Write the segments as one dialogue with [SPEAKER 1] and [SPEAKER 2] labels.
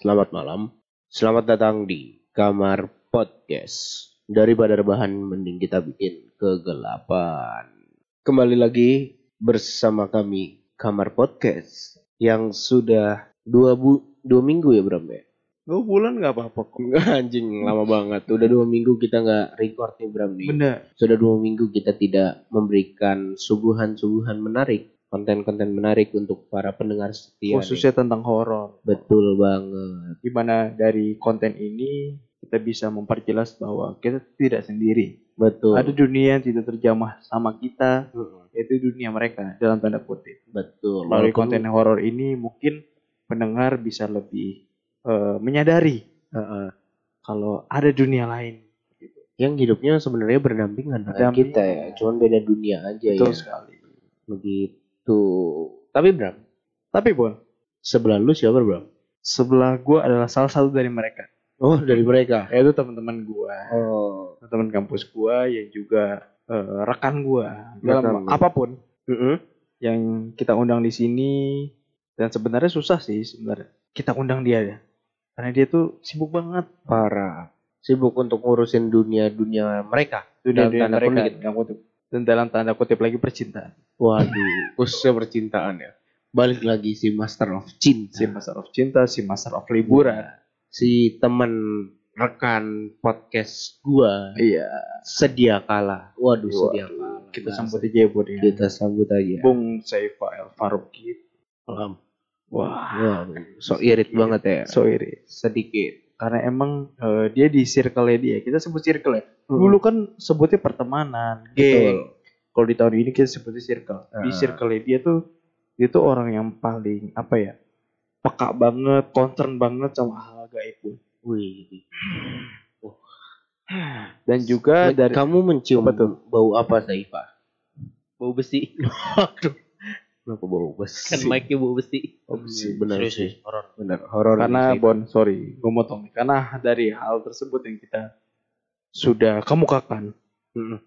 [SPEAKER 1] Selamat malam. Selamat datang di Kamar Podcast. Daripada rebahan mending kita bikin kegelapan. Kembali lagi bersama kami Kamar Podcast yang sudah dua bu dua minggu ya Bram ya.
[SPEAKER 2] Dua bulan nggak apa-apa kok.
[SPEAKER 1] Nggak, anjing lama banget. Udah dua minggu kita nggak record nih Bram nih.
[SPEAKER 2] Bener.
[SPEAKER 1] Sudah dua minggu kita tidak memberikan suguhan-suguhan menarik, konten-konten menarik untuk para pendengar setia. nih.
[SPEAKER 2] Khususnya tentang horor.
[SPEAKER 1] Betul banget.
[SPEAKER 2] Gimana dari konten ini kita bisa memperjelas bahwa kita tidak sendiri.
[SPEAKER 1] Betul.
[SPEAKER 2] Ada dunia yang tidak terjamah sama kita,
[SPEAKER 1] Mm-mm.
[SPEAKER 2] yaitu dunia mereka dalam tanda kutip.
[SPEAKER 1] Betul.
[SPEAKER 2] Melalui
[SPEAKER 1] Walaupun-
[SPEAKER 2] konten horor ini mungkin pendengar bisa lebih eh, menyadari eh, eh, kalau ada dunia lain.
[SPEAKER 1] yang hidupnya sebenarnya berdampingan dengan
[SPEAKER 2] Berdampingan. iya.
[SPEAKER 1] kita ya, cuman beda dunia aja
[SPEAKER 2] Betul
[SPEAKER 1] ya.
[SPEAKER 2] sekali.
[SPEAKER 1] Begitu. Tapi Bram,
[SPEAKER 2] Tapi Bon,
[SPEAKER 1] sebelah lu siapa Bram?
[SPEAKER 2] sebelah gua adalah salah satu dari mereka.
[SPEAKER 1] Oh dari mereka.
[SPEAKER 2] Yaitu teman-teman gua.
[SPEAKER 1] Oh.
[SPEAKER 2] teman kampus gua yang juga eh, rekan gua dalam
[SPEAKER 1] Rekan lu.
[SPEAKER 2] apapun yang kita undang di sini dan sebenarnya susah sih sebenarnya kita undang dia ya karena dia tuh sibuk banget
[SPEAKER 1] Parah. Sibuk untuk ngurusin dunia dunia mereka.
[SPEAKER 2] dunia
[SPEAKER 1] Dalam tanda kutip.
[SPEAKER 2] dalam kutip. dan dalam tanda kutip lagi percintaan
[SPEAKER 1] Waduh, khususnya percintaan ya. Balik lagi si Master of Cinta, si,
[SPEAKER 2] si master of cinta si master of liburan
[SPEAKER 1] teman rekan podcast gua
[SPEAKER 2] iya
[SPEAKER 1] sedia kala. Waduh,
[SPEAKER 2] Wah,
[SPEAKER 1] sedia kala.
[SPEAKER 2] kita
[SPEAKER 1] Nah,
[SPEAKER 2] sambut aja ya Bun, ya.
[SPEAKER 1] kita sambut aja.
[SPEAKER 2] Bung Saifa El Faruqi
[SPEAKER 1] Paham.
[SPEAKER 2] wah
[SPEAKER 1] Wah, so irit banget ya.
[SPEAKER 2] so iri
[SPEAKER 1] sedikit.
[SPEAKER 2] karena emang eh, dia di circle dia kita sebut circle ya dulu kan sebutnya pertemanan
[SPEAKER 1] Betul.
[SPEAKER 2] geng kalau di tahun ini kita sebutnya circle. Di
[SPEAKER 1] Ah.
[SPEAKER 2] circle dia tuh dia tuh orang yang paling apa ya? peka banget, concern banget sama hal gaib pun.
[SPEAKER 1] Wih.
[SPEAKER 2] Dan juga dari
[SPEAKER 1] kamu mencium
[SPEAKER 2] Apa tuh?
[SPEAKER 1] bau apa Saifa? Bau besi. Waduh. Kenapa bau besi?
[SPEAKER 3] kan mic-nya bau besi.
[SPEAKER 1] Bau besi, benar
[SPEAKER 3] Serius
[SPEAKER 1] sih.
[SPEAKER 3] sih, horor.
[SPEAKER 1] Benar, horor. nih,
[SPEAKER 2] karena
[SPEAKER 1] Saifa.
[SPEAKER 2] bon sorry, gue motong. Karena dari hal tersebut yang kita sudah kemukakan,
[SPEAKER 1] Mm-mm.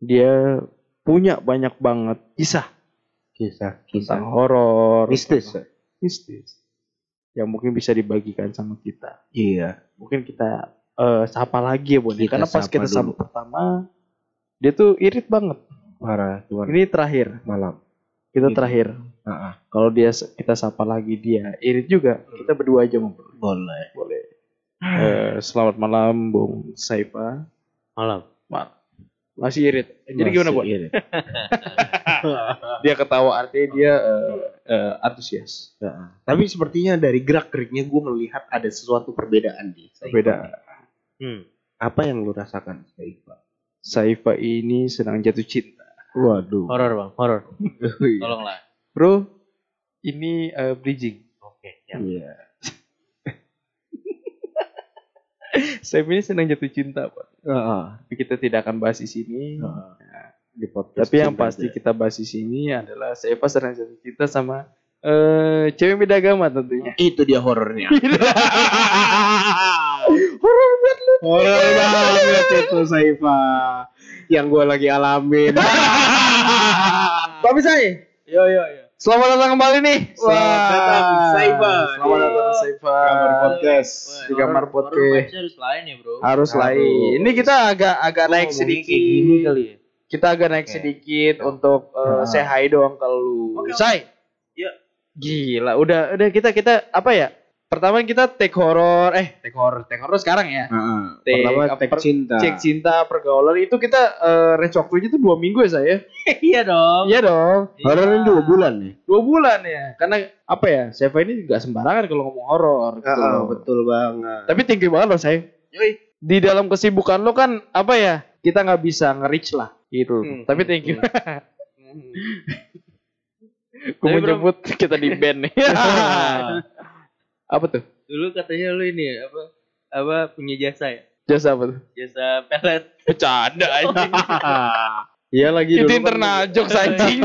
[SPEAKER 2] dia punya banyak banget kisah
[SPEAKER 1] kisah
[SPEAKER 2] tentang
[SPEAKER 1] kisah
[SPEAKER 2] horor,
[SPEAKER 1] mistis.
[SPEAKER 2] tentang ya? mistis yang mungkin bisa dibagikan sama kita.
[SPEAKER 1] Iya.
[SPEAKER 2] mungkin kita eh, sapa lagi ya Bon.
[SPEAKER 1] Kita
[SPEAKER 2] Karena pas
[SPEAKER 1] sapa
[SPEAKER 2] kita sapa
[SPEAKER 1] dulu.
[SPEAKER 2] pertama dia tuh irit banget.
[SPEAKER 1] Parah, cuman
[SPEAKER 2] Ini terakhir,
[SPEAKER 1] malam.
[SPEAKER 2] kita
[SPEAKER 1] Gitu.
[SPEAKER 2] terakhir.
[SPEAKER 1] Heeh.
[SPEAKER 2] Kalau dia kita sapa lagi dia irit juga. Kita berdua aja ngobrol.
[SPEAKER 1] Boleh.
[SPEAKER 2] Boleh. Eh, selamat malam Bung Saifa.
[SPEAKER 1] Malam.
[SPEAKER 2] Masih irit. Jadi gimana
[SPEAKER 1] Masih
[SPEAKER 2] Bon?
[SPEAKER 1] irit.
[SPEAKER 2] Dia ketawa artinya dia eh, eh, antusias.
[SPEAKER 1] Heeh. Tapi sepertinya dari gerak geriknya gue melihat ada sesuatu perbedaan di Saifa.
[SPEAKER 2] Beda.
[SPEAKER 3] Hmm.
[SPEAKER 1] Apa yang lu rasakan Saifa?
[SPEAKER 2] Saifa ini sedang jatuh cinta.
[SPEAKER 1] Waduh. Iya.
[SPEAKER 3] Horor, Bang. Horor. Tolonglah.
[SPEAKER 2] Bro, ini eh, bridging.
[SPEAKER 3] Oke, ya.
[SPEAKER 1] Iya.
[SPEAKER 2] Saifa ini sedang jatuh cinta, Pak. Nah.
[SPEAKER 1] Heeh.
[SPEAKER 2] Tapi kita tidak akan bahas di sini.
[SPEAKER 1] Heeh.
[SPEAKER 2] di podcast. Tapi yang pasti kita bahas di sini adalah saya pas sedang jatuh cinta sama eh cewek beda agama tentunya.
[SPEAKER 1] itu dia horornya.
[SPEAKER 2] Horor banget lu.
[SPEAKER 1] Horor banget itu Saifa yang gue lagi alamin. Tapi saya
[SPEAKER 2] Yo yo yo.
[SPEAKER 1] selamat datang kembali nih.
[SPEAKER 2] Selamat datang Saifa.
[SPEAKER 1] Selamat datang
[SPEAKER 2] Saifa.
[SPEAKER 1] Kamar podcast.
[SPEAKER 2] Di kamar podcast.
[SPEAKER 3] harus lain ya, Bro.
[SPEAKER 1] Harus.
[SPEAKER 2] Harus lain. Ini kita agak agak naik sedikit.
[SPEAKER 1] kali ya.
[SPEAKER 2] Kita agak naik
[SPEAKER 1] Oke.
[SPEAKER 2] sedikit untuk
[SPEAKER 1] Ah.
[SPEAKER 2] eh, say hi doang kalau lu.
[SPEAKER 3] Oke, oke.
[SPEAKER 2] Say.
[SPEAKER 3] Iya.
[SPEAKER 2] Gila, udah udah kita kita apa ya? Pertama kita take horror, eh take horror, take horror sekarang ya. Take-
[SPEAKER 1] Pertama
[SPEAKER 2] apa-
[SPEAKER 1] tek cinta.
[SPEAKER 2] cek cinta pergaulan itu kita eh, range waktunya tuh dua minggu ya saya
[SPEAKER 3] iya dong.
[SPEAKER 2] iya dong
[SPEAKER 1] Horornya dua bulan nih.
[SPEAKER 2] dua bulan ya karena apa ya Seva ini juga sembarangan kalau ngomong horor gitu loh.
[SPEAKER 1] Ah, betul banget.
[SPEAKER 2] tapi thank you banget loh saya
[SPEAKER 3] Yoi.
[SPEAKER 2] di dalam kesibukan lo kan apa ya kita nggak bisa nge-reach lah gitu
[SPEAKER 3] Hmm,
[SPEAKER 2] tapi
[SPEAKER 3] hmm,
[SPEAKER 2] thank you
[SPEAKER 3] Hmm.
[SPEAKER 2] gue
[SPEAKER 3] Tapi, Bro-
[SPEAKER 2] menyebut kita di band nih apa tuh
[SPEAKER 3] Dulu katanya lu ini apa apa punya jasa ya?
[SPEAKER 2] jasa apa tuh
[SPEAKER 3] Jasa pelet. Oh,
[SPEAKER 2] bercanda anjing
[SPEAKER 1] Iya lagi
[SPEAKER 2] itu
[SPEAKER 1] dulu kan-
[SPEAKER 2] internal jokes anjing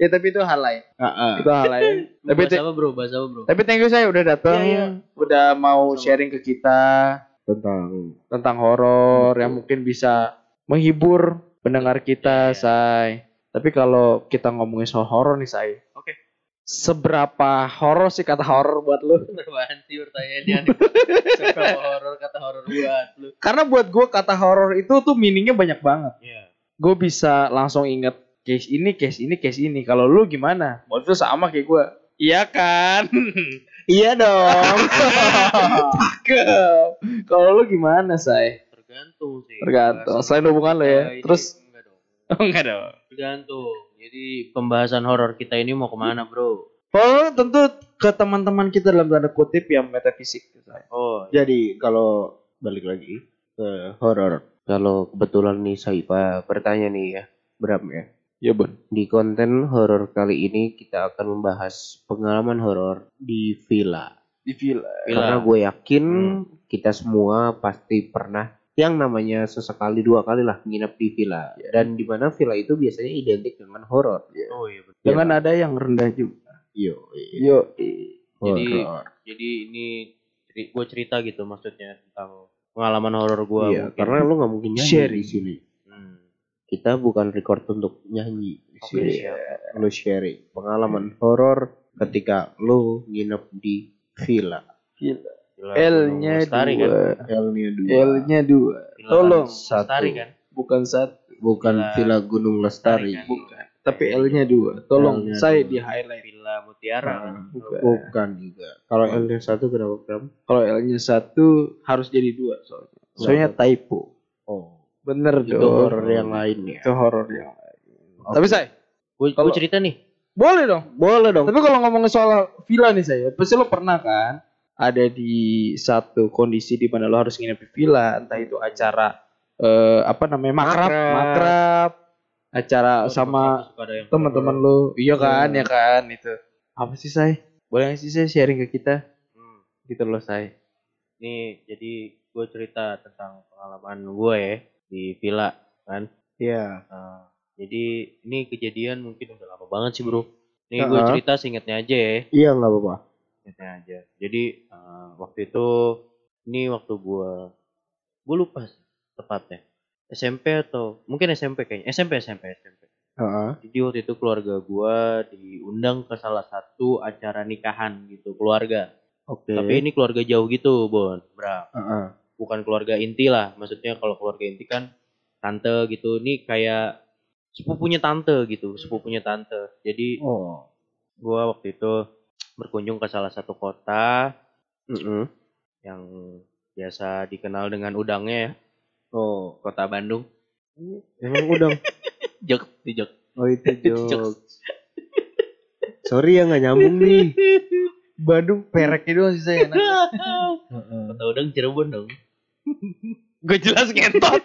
[SPEAKER 2] ya tapi itu hal lain
[SPEAKER 1] Heeh.
[SPEAKER 2] itu hal lain
[SPEAKER 3] Lu
[SPEAKER 2] Tapi
[SPEAKER 3] bahasa
[SPEAKER 2] te-
[SPEAKER 3] apa, Bro? Bahasa apa, Bro?
[SPEAKER 2] Tapi thank you saya udah datang,
[SPEAKER 3] Iya, iya.
[SPEAKER 2] udah mau
[SPEAKER 3] Sama.
[SPEAKER 2] sharing ke kita
[SPEAKER 1] Tentang
[SPEAKER 2] tentang horor
[SPEAKER 1] Betul.
[SPEAKER 2] yang mungkin bisa menghibur pendengar kita,
[SPEAKER 3] Iya, iya.
[SPEAKER 2] say. Tapi kalau kita ngomongin soal horor nih, say.
[SPEAKER 3] Oke.
[SPEAKER 2] Seberapa horor sih kata horor buat lu?
[SPEAKER 3] Apaan sih pertanyaannya aneh. Seberapa horor kata horor buat lu?
[SPEAKER 2] Karena buat gue kata horor itu tuh meaningnya banyak banget.
[SPEAKER 3] Iya.
[SPEAKER 2] Gue bisa langsung inget case ini, case ini, case ini. Kalau lu gimana? Model sama kayak gue. Iya kan?
[SPEAKER 1] Iya dong.
[SPEAKER 2] Cakep. Kalau lu gimana, Say?
[SPEAKER 3] Tergantung sih.
[SPEAKER 2] Tergantung. Selain hubungan lo ya.
[SPEAKER 3] Eh, ini
[SPEAKER 2] Terus-
[SPEAKER 3] enggak dong.
[SPEAKER 2] Oh, enggak dong.
[SPEAKER 3] Tergantung. Jadi pembahasan horor kita ini mau kemana bro?
[SPEAKER 2] Kalau lu tentu ke teman-teman kita dalam tanda kutip yang metafisik. Say.
[SPEAKER 3] Oh,
[SPEAKER 1] Jadi kalau balik lagi ke horor. Kalau kebetulan nih Saipa bertanya nih ya, Bram ya.
[SPEAKER 2] Iya, Bun.
[SPEAKER 1] Di konten horor kali ini kita akan membahas pengalaman horor di villa.
[SPEAKER 2] Di villa.
[SPEAKER 1] Karena
[SPEAKER 3] Villa.
[SPEAKER 1] gue yakin
[SPEAKER 2] Hmm.
[SPEAKER 1] kita semua pasti pernah yang namanya sesekali dua kali lah nginep di villa. Dan di mana villa itu biasanya identik dengan horor.
[SPEAKER 3] oh iya betul.
[SPEAKER 2] Dengan ada yang rendah juga.
[SPEAKER 1] Yo,
[SPEAKER 2] Yo.
[SPEAKER 3] Jadi- Jadi ini gue cerita gitu maksudnya tentang pengalaman horor Hmm. gue.
[SPEAKER 1] Iya, karena lu nggak mungkin nyanyi
[SPEAKER 2] Share.
[SPEAKER 1] di sini. Kita bukan record untuk nyanyi di
[SPEAKER 3] Oke,
[SPEAKER 1] sini.
[SPEAKER 3] siap.
[SPEAKER 1] Lu sharing pengalaman horor ketika lu nginep di villa.
[SPEAKER 3] Gila,
[SPEAKER 2] L-nya
[SPEAKER 3] Gunung Lestari kan?
[SPEAKER 2] dua.
[SPEAKER 1] L-nya dua.
[SPEAKER 2] L-nya dua.
[SPEAKER 3] Gila,
[SPEAKER 2] Tolong.
[SPEAKER 3] Gunung Lestari kan?
[SPEAKER 2] Bukan satu.
[SPEAKER 1] Bukan
[SPEAKER 3] Villa-
[SPEAKER 1] villa Gunung Lestari.
[SPEAKER 3] Lestari kan?
[SPEAKER 2] Bukan. Tapi L-nya dua. Tolong
[SPEAKER 1] L-nya
[SPEAKER 2] saya
[SPEAKER 1] dua.
[SPEAKER 2] di highlight.
[SPEAKER 3] Villa Mutiara. kan?
[SPEAKER 2] Bukan.
[SPEAKER 1] Bukan juga. Kalau L-nya satu berapa gram?
[SPEAKER 2] Kalau L-nya satu harus jadi dua soalnya. Soalnya typo.
[SPEAKER 1] Oh,
[SPEAKER 2] Bener
[SPEAKER 1] itu
[SPEAKER 2] dong.
[SPEAKER 1] horor yang lain ya.
[SPEAKER 2] Itu horor yang lain. Tapi saya
[SPEAKER 3] Gue
[SPEAKER 2] Kalau-
[SPEAKER 3] cerita nih.
[SPEAKER 2] boleh dong.
[SPEAKER 1] boleh dong.
[SPEAKER 2] Tapi kalau ngomongin soal villa nih saya, pasti lo pernah kan ada di satu kondisi di mana lo harus nginep di villa, entah itu acara eh, apa namanya makrab,
[SPEAKER 3] Makrab.
[SPEAKER 2] makrab, acara sama
[SPEAKER 3] Suka ada yang
[SPEAKER 2] teman-teman lo, iya kan,
[SPEAKER 1] Hmm.
[SPEAKER 2] ya kan itu. Apa sih saya? Boleh nggak sih saya sharing ke kita?
[SPEAKER 3] horor. Hmm.
[SPEAKER 2] Gitu loh saya.
[SPEAKER 3] Nih, jadi gue cerita tentang pengalaman gue ya di villa kan.
[SPEAKER 1] Iya.
[SPEAKER 3] Nah, jadi ini kejadian mungkin udah lama banget sih bro. Nih gue
[SPEAKER 1] Heeh.
[SPEAKER 3] cerita seingetnya aja ya.
[SPEAKER 1] Iya nggak apa-apa.
[SPEAKER 3] Seingetnya aja. Jadi eh, waktu itu ini waktu gue gue lupa sih tepatnya SMP atau mungkin SMP kayaknya SMP SMP SMP.
[SPEAKER 1] Heeh.
[SPEAKER 3] Jadi waktu itu keluarga gue diundang ke salah satu acara nikahan gitu keluarga.
[SPEAKER 1] Oke.
[SPEAKER 3] Tapi ini keluarga jauh gitu Bon, Bram.
[SPEAKER 1] Heeh.
[SPEAKER 3] Bukan keluarga inti lah. Maksudnya kalau keluarga inti kan tante gitu. Ini kayak sepupunya tante gitu, sepupunya tante. Jadi
[SPEAKER 1] Oh.
[SPEAKER 3] gue waktu itu berkunjung ke salah satu kota
[SPEAKER 1] Mm-mm.
[SPEAKER 3] yang biasa dikenal dengan udangnya ya,
[SPEAKER 1] Oh.
[SPEAKER 3] kota Bandung.
[SPEAKER 1] Emang udang.
[SPEAKER 3] Jok, di Jok.
[SPEAKER 1] Oh itu
[SPEAKER 3] Jokes.
[SPEAKER 1] jokes. Sorry ya nggak nyambung nih.
[SPEAKER 2] Bandung pereknya doang sih saya.
[SPEAKER 3] Kota udang Cirebon dong.
[SPEAKER 2] Gue jelas ngentot.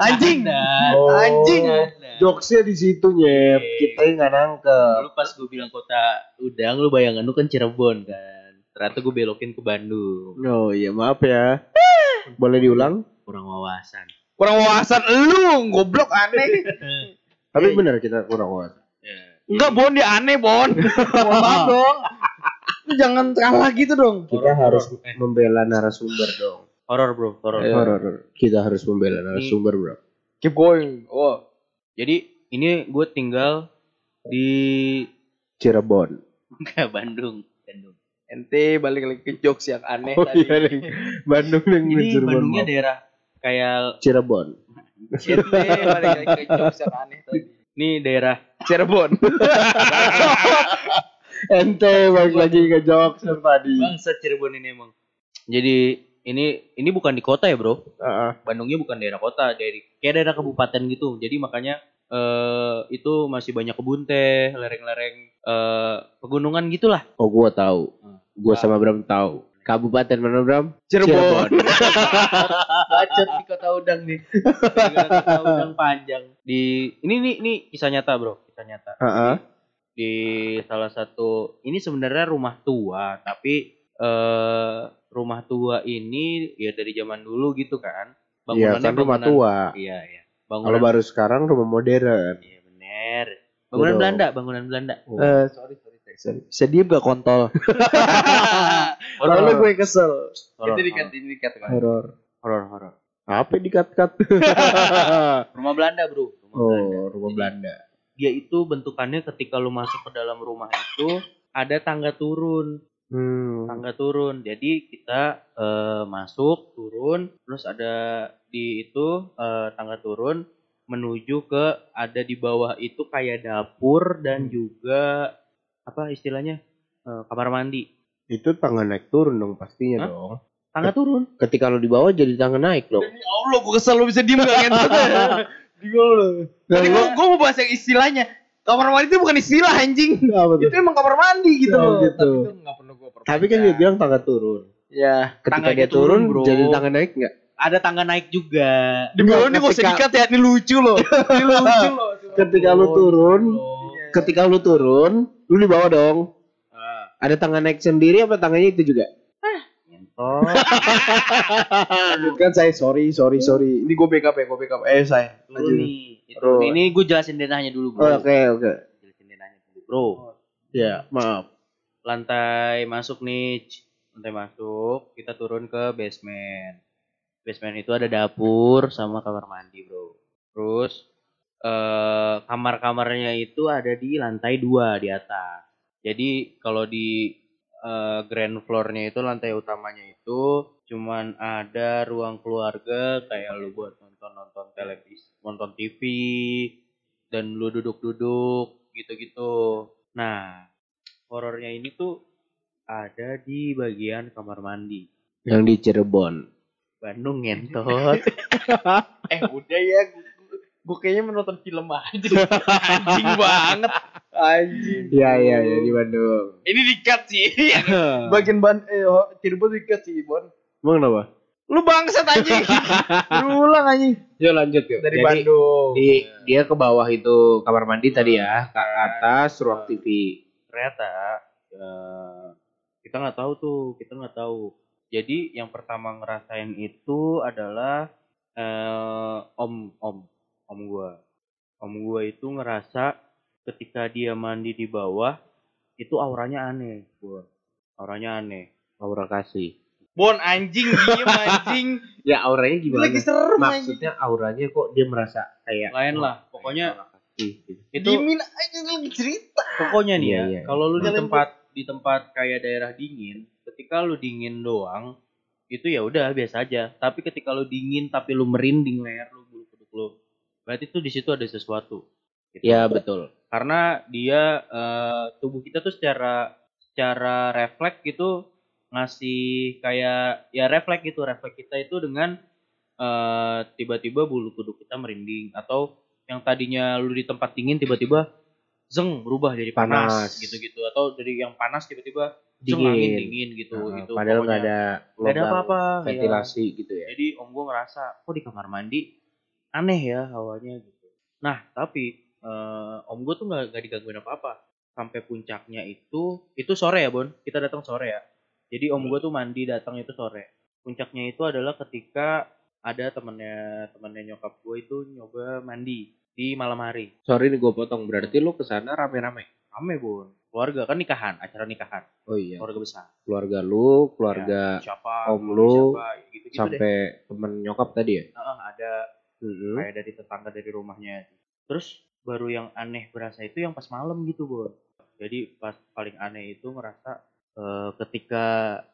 [SPEAKER 2] Anjing.
[SPEAKER 3] Ada.
[SPEAKER 1] Oh.
[SPEAKER 2] Anjing.
[SPEAKER 3] Ada.
[SPEAKER 1] Jokesnya di situ nyep. Kita nggak nangkep.
[SPEAKER 3] lu pas gue bilang kota udang lu bayangan lu kan Cirebon kan ternyata gue belokin ke Bandung
[SPEAKER 1] Oh iya maaf ya. Boleh diulang?
[SPEAKER 3] kurang wawasan
[SPEAKER 2] Kurang wawasan lu, goblok aneh.
[SPEAKER 1] Tapi benar kita kurang wawasan.
[SPEAKER 3] Ya,
[SPEAKER 2] Enggak Bon dia aneh Bon. Mohon maaf dong. Lu Jangan kalah gitu dong.
[SPEAKER 1] Kita harus
[SPEAKER 3] eh,
[SPEAKER 1] membela narasumber dong.
[SPEAKER 3] horor bro horor
[SPEAKER 2] Iya.
[SPEAKER 1] Horor. Kita harus membela narasumber bro.
[SPEAKER 2] Keep going. Oh.
[SPEAKER 3] jadi ini gue tinggal di
[SPEAKER 1] Cirebon.
[SPEAKER 3] Bandung Bandung
[SPEAKER 2] Ente balik lagi ke jokes yang aneh
[SPEAKER 1] Oh
[SPEAKER 2] tadi.
[SPEAKER 1] iya Neng. Bandung yang
[SPEAKER 3] ini
[SPEAKER 1] Cirebon.
[SPEAKER 3] Bandungnya daerah kayak
[SPEAKER 1] Cirebon.
[SPEAKER 2] Ente balik lagi ke jokes yang aneh tadi.
[SPEAKER 3] ini daerah
[SPEAKER 2] Cirebon.
[SPEAKER 1] Ente balik lagi ke jokes yang tadi.
[SPEAKER 3] bangsa Cirebon ini emang jadi ini ini bukan di kota ya bro
[SPEAKER 1] Heeh.
[SPEAKER 3] Bandungnya bukan daerah kota, dari kayak daerah kabupaten gitu. Jadi makanya eh itu masih banyak kebun teh, lereng-lereng eh pegunungan gitulah.
[SPEAKER 1] Oh gua tahu.
[SPEAKER 3] Hmm.
[SPEAKER 1] Gua
[SPEAKER 3] Nah,
[SPEAKER 1] sama Bram tahu. Kabupaten mana Bram? Cirebon.
[SPEAKER 3] Bacot di kota udang nih. Gara-gara kota udang panjang. Di ini nih ini kisah nyata, Bro. Kisah nyata.
[SPEAKER 1] Heeh.
[SPEAKER 3] Di salah satu ini sebenarnya rumah tua, tapi eh rumah tua ini ya dari zaman dulu gitu kan.
[SPEAKER 1] Iya kan rumah
[SPEAKER 3] bangunan-
[SPEAKER 1] tua.
[SPEAKER 3] Iya, iya.
[SPEAKER 1] Kalau
[SPEAKER 3] Bangunan
[SPEAKER 1] baru sekarang rumah modern.
[SPEAKER 3] Iya bener.
[SPEAKER 1] Betul.
[SPEAKER 3] Bangunan
[SPEAKER 1] Oh.
[SPEAKER 3] Belanda, bangunan Belanda.
[SPEAKER 2] Eh, sorry, sorry, sorry, sorry. Bisa diem gak kontol?
[SPEAKER 1] Soalnya
[SPEAKER 2] gue kesel.
[SPEAKER 3] Horor,
[SPEAKER 2] Itu dikat, ini dikat.
[SPEAKER 3] Oh.
[SPEAKER 1] Horor.
[SPEAKER 3] horor, horor.
[SPEAKER 1] Apa dikat-kat?
[SPEAKER 3] Rumah Belanda bro. Rumah Belanda.
[SPEAKER 1] oh, rumah Belanda.
[SPEAKER 3] dia itu bentukannya ketika lu masuk ke dalam rumah itu ada tangga turun
[SPEAKER 2] Hmm.
[SPEAKER 3] tangga turun jadi kita eh, masuk turun terus ada di itu eh, tangga turun menuju ke ada di bawah itu kayak dapur dan juga apa istilahnya Eh, kamar mandi
[SPEAKER 1] Itu tangga naik turun dong pastinya
[SPEAKER 3] Hah?
[SPEAKER 1] dong.
[SPEAKER 3] tangga turun
[SPEAKER 1] Ketika lo di bawah jadi tangga naik dong.
[SPEAKER 2] Ya Allah, gue kesel lu bisa diem gak ngentot. Bingung lu. Tadi gue gue mau bahas yang istilahnya. Kamar mandi itu bukan istilah anjing.
[SPEAKER 1] Apa tuh?
[SPEAKER 2] Itu emang kamar mandi gitu.
[SPEAKER 1] Ya,
[SPEAKER 2] loh.
[SPEAKER 1] gitu.
[SPEAKER 2] Tapi itu nggak perlu gue
[SPEAKER 1] Tapi kan dia bilang tangga turun.
[SPEAKER 2] ya
[SPEAKER 1] Ketika
[SPEAKER 3] Tangganya
[SPEAKER 1] dia
[SPEAKER 3] Iya. turun,
[SPEAKER 1] turun,
[SPEAKER 3] bro.
[SPEAKER 1] jadi tangga naik nggak?
[SPEAKER 3] ada tangga naik juga
[SPEAKER 2] demi lu ini gak usah
[SPEAKER 1] Ketika-
[SPEAKER 2] dikat ya, ini lucu loh. Ini lucu loh.
[SPEAKER 1] Ketika lu turun,
[SPEAKER 3] Oh.
[SPEAKER 1] ketika lu turun, lu di bawah dong.
[SPEAKER 3] Ah,
[SPEAKER 1] Ada tangga naik sendiri apa tangganya itu juga? Oh.
[SPEAKER 3] ngentot.
[SPEAKER 2] Lanjutkan saya, sorry, sorry, sorry. Ini gue backup ya, gue backup. Eh, saya.
[SPEAKER 3] Dulu
[SPEAKER 2] Lanjut.
[SPEAKER 3] nih. Itu.
[SPEAKER 1] Bro.
[SPEAKER 3] Ini gue jelasin denahnya dulu,
[SPEAKER 1] Oke
[SPEAKER 2] Oh,
[SPEAKER 3] Bro.
[SPEAKER 2] iya.
[SPEAKER 1] oke.
[SPEAKER 3] Jelasin denahnya dulu, Bro.
[SPEAKER 1] Ya maaf.
[SPEAKER 3] Lantai masuk nih. c- Lantai masuk, kita turun ke basement. Basement itu ada dapur sama kamar mandi, Bro. Terus eh kamar-kamarnya itu ada di lantai dua di atas. Jadi kalau di eh, grand floor-nya itu lantai utamanya itu cuman ada ruang keluarga kayak lu buat nonton-nonton televisi, nonton TV dan lu duduk-duduk gitu-gitu. Nah, horornya ini tuh ada di bagian kamar mandi.
[SPEAKER 1] Yang di Cirebon.
[SPEAKER 3] Bandung ngentot.
[SPEAKER 2] Eh, udah ya. Gue kayaknya menonton film aja. Anjing banget. Anjing.
[SPEAKER 1] Iya iya ya, di Bandung.
[SPEAKER 2] Ini dikat sih. Bagian ban eh ho- Cirebon dikat sih, Bon.
[SPEAKER 1] Emang kenapa?
[SPEAKER 2] Lu bangsat anjing. Berulang anjing.
[SPEAKER 1] Yuk lanjut yuk.
[SPEAKER 2] Dari
[SPEAKER 1] Jadi,
[SPEAKER 2] Bandung.
[SPEAKER 1] di- dia ke bawah itu kamar mandi tadi ya, ke atas ruang TV.
[SPEAKER 3] Iya. Ternyata eh, kita nggak tahu tuh, kita nggak tahu. Jadi yang pertama ngerasain itu adalah eh, om om om gua. Om gua itu ngerasa ketika dia mandi di bawah itu auranya aneh gua. Auranya aneh.
[SPEAKER 1] Aura kasih.
[SPEAKER 2] Bon anjing, diem anjing.
[SPEAKER 1] Ya auranya
[SPEAKER 2] Lu
[SPEAKER 1] gimana?
[SPEAKER 2] lagi serem anjing.
[SPEAKER 1] Maksudnya auranya kok dia merasa kayak
[SPEAKER 3] Lain
[SPEAKER 1] wah,
[SPEAKER 3] lah, pokoknya
[SPEAKER 1] aura kasih.
[SPEAKER 3] itu
[SPEAKER 2] Dimin aja lu cerita.
[SPEAKER 3] pokoknya nih
[SPEAKER 1] Iya,
[SPEAKER 3] ya,
[SPEAKER 1] iya.
[SPEAKER 3] kalau lu di
[SPEAKER 2] Kalian
[SPEAKER 3] tempat di tempat kayak daerah dingin, ketika lu dingin doang itu ya udah biasa aja. Tapi ketika lu dingin tapi lu merinding leher lu bulu kuduk lu, berarti tuh di situ ada sesuatu. Gitu.
[SPEAKER 1] Ya betul.
[SPEAKER 3] Karena dia eh, tubuh kita tuh secara secara refleks gitu ngasih kayak ya refleks gitu refleks kita itu dengan eh, tiba-tiba bulu kuduk kita merinding atau yang tadinya lu di tempat dingin tiba-tiba zeng berubah jadi panas,
[SPEAKER 1] Panas.
[SPEAKER 3] gitu-gitu atau dari yang panas tiba-tiba zeng angin
[SPEAKER 1] Dingin.
[SPEAKER 3] dingin gitu
[SPEAKER 1] Nah,
[SPEAKER 3] gitu
[SPEAKER 1] padahal nggak
[SPEAKER 3] pokoknya.
[SPEAKER 1] ada
[SPEAKER 3] Nggak ada
[SPEAKER 1] lubang
[SPEAKER 3] apa-apa ya.
[SPEAKER 1] ventilasi gitu ya.
[SPEAKER 3] Jadi om gue ngerasa kok di kamar mandi aneh ya hawanya gitu. Nah tapi eh, om gue tuh nggak nggak digangguin apa apa. Sampai puncaknya itu itu sore ya Bon. Kita datang sore ya. Jadi om gue
[SPEAKER 1] Iya.
[SPEAKER 3] tuh mandi datang itu sore. Puncaknya itu adalah ketika ada temennya temennya nyokap gue itu nyoba mandi di malam hari.
[SPEAKER 1] Sorry nih gue potong. Berarti lu kesana rame-rame.
[SPEAKER 3] Ame Bon. Keluarga kan nikahan, acara nikahan,
[SPEAKER 1] Oh iya.
[SPEAKER 3] keluarga besar.
[SPEAKER 1] Keluarga lu, keluarga
[SPEAKER 3] Siapa?
[SPEAKER 1] om lu,
[SPEAKER 3] Ya, gitu -gitu deh.
[SPEAKER 1] sampai temen nyokap tadi ya.
[SPEAKER 3] Heeh, ada
[SPEAKER 1] Mm-mm.
[SPEAKER 3] kayak dari tetangga dari rumahnya terus baru yang aneh berasa itu yang pas malam gitu bon jadi pas paling aneh itu ngerasa eh, ketika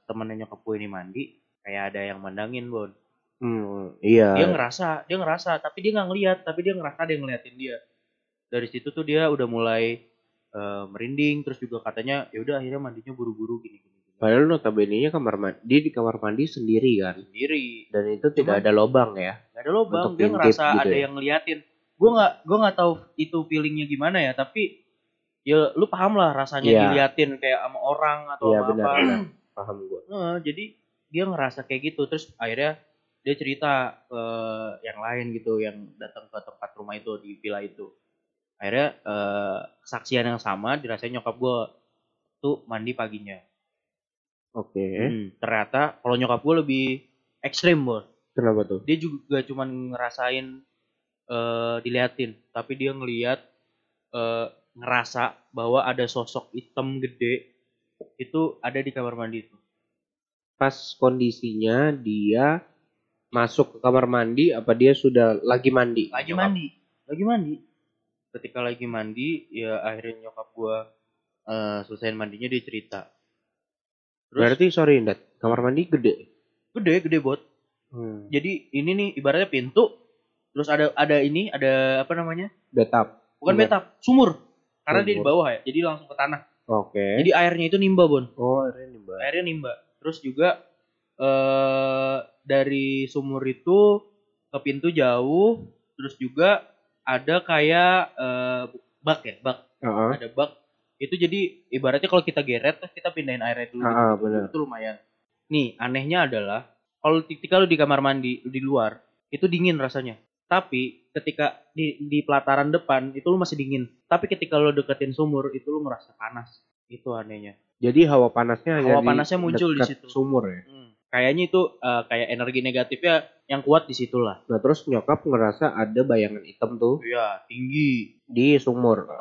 [SPEAKER 3] temennya nyokap gue ini mandi kayak ada yang mandangin bon
[SPEAKER 1] Hmm, iya.
[SPEAKER 3] dia ngerasa dia ngerasa tapi dia nggak ngeliat tapi dia ngerasa ada yang ngeliatin dia dari situ tuh dia udah mulai eh, merinding terus juga katanya ya udah akhirnya mandinya buru-buru gini gini, gini."
[SPEAKER 1] Padahal notabene-nya kamar mandi dia di kamar mandi sendiri kan.
[SPEAKER 3] sendiri
[SPEAKER 1] Dan itu tidak ada lobang ya.
[SPEAKER 3] nggak ada
[SPEAKER 1] Bentuk
[SPEAKER 3] lubang dia
[SPEAKER 1] intip
[SPEAKER 3] ngerasa
[SPEAKER 1] gitu
[SPEAKER 3] ada
[SPEAKER 1] ya.
[SPEAKER 3] yang ngeliatin gue nggak gue nggak tahu itu feelingnya gimana ya tapi ya lu paham lah rasanya
[SPEAKER 1] Iya.
[SPEAKER 3] diliatin kayak sama orang atau
[SPEAKER 1] Iya
[SPEAKER 3] sama
[SPEAKER 1] benar.
[SPEAKER 3] apa
[SPEAKER 1] benar. Paham gua.
[SPEAKER 3] Heeh, jadi dia ngerasa kayak gitu terus akhirnya dia cerita ke yang lain gitu yang datang ke tempat rumah itu di villa itu akhirnya eh, kesaksian yang sama dirasain nyokap gue tuh mandi paginya
[SPEAKER 1] Oke.
[SPEAKER 3] Hmm, ternyata kalau nyokap gue lebih ekstrim bos
[SPEAKER 1] Kenapa tuh?
[SPEAKER 3] dia juga cuman ngerasain eh diliatin tapi dia ngeliat eh, ngerasa bahwa ada sosok hitam gede itu ada di kamar mandi itu
[SPEAKER 1] Pas kondisinya dia masuk ke kamar mandi apa dia sudah lagi mandi?
[SPEAKER 3] lagi
[SPEAKER 1] Nyokap.
[SPEAKER 3] mandi lagi mandi ketika lagi mandi ya akhirnya nyokap gua eh selesaiin mandinya dia cerita Terus-
[SPEAKER 1] Berarti sorry Ndat, kamar mandi gede.
[SPEAKER 3] gede gede bot jadi ini nih ibaratnya pintu terus ada ada ini ada apa namanya
[SPEAKER 1] Datap.
[SPEAKER 3] bukan
[SPEAKER 1] Iya.
[SPEAKER 3] betap sumur karena dia di
[SPEAKER 1] Sumur.
[SPEAKER 3] bawah ya jadi langsung ke tanah
[SPEAKER 1] Oke.
[SPEAKER 3] jadi airnya itu nimba bon
[SPEAKER 1] Oh, ini mbak.
[SPEAKER 3] airnya nimba terus juga eh dari sumur itu ke pintu jauh terus juga ada kayak eh, bak ya bak
[SPEAKER 1] Heeh.
[SPEAKER 3] ada bak itu jadi ibaratnya kalau kita geret terus kita pindahin airnya dulu
[SPEAKER 1] Heeh,
[SPEAKER 3] gitu.
[SPEAKER 1] benar.
[SPEAKER 3] itu lumayan nih anehnya adalah kalau ketika lu di kamar mandi lu di luar itu dingin rasanya tapi ketika di, di pelataran depan itu lu masih dingin tapi ketika lu deketin sumur itu lu merasa panas itu anehnya
[SPEAKER 1] Jadi hawa panasnya hanya
[SPEAKER 3] Hawa
[SPEAKER 1] di
[SPEAKER 3] panasnya muncul di
[SPEAKER 1] dekat
[SPEAKER 3] situ.
[SPEAKER 1] Sumur ya.
[SPEAKER 3] Hmm. kayaknya itu eh, kayak energi negatifnya yang kuat di situ lah
[SPEAKER 1] Nah terus nyokap ngerasa ada bayangan hitam tuh
[SPEAKER 3] iya tinggi
[SPEAKER 1] di sumur.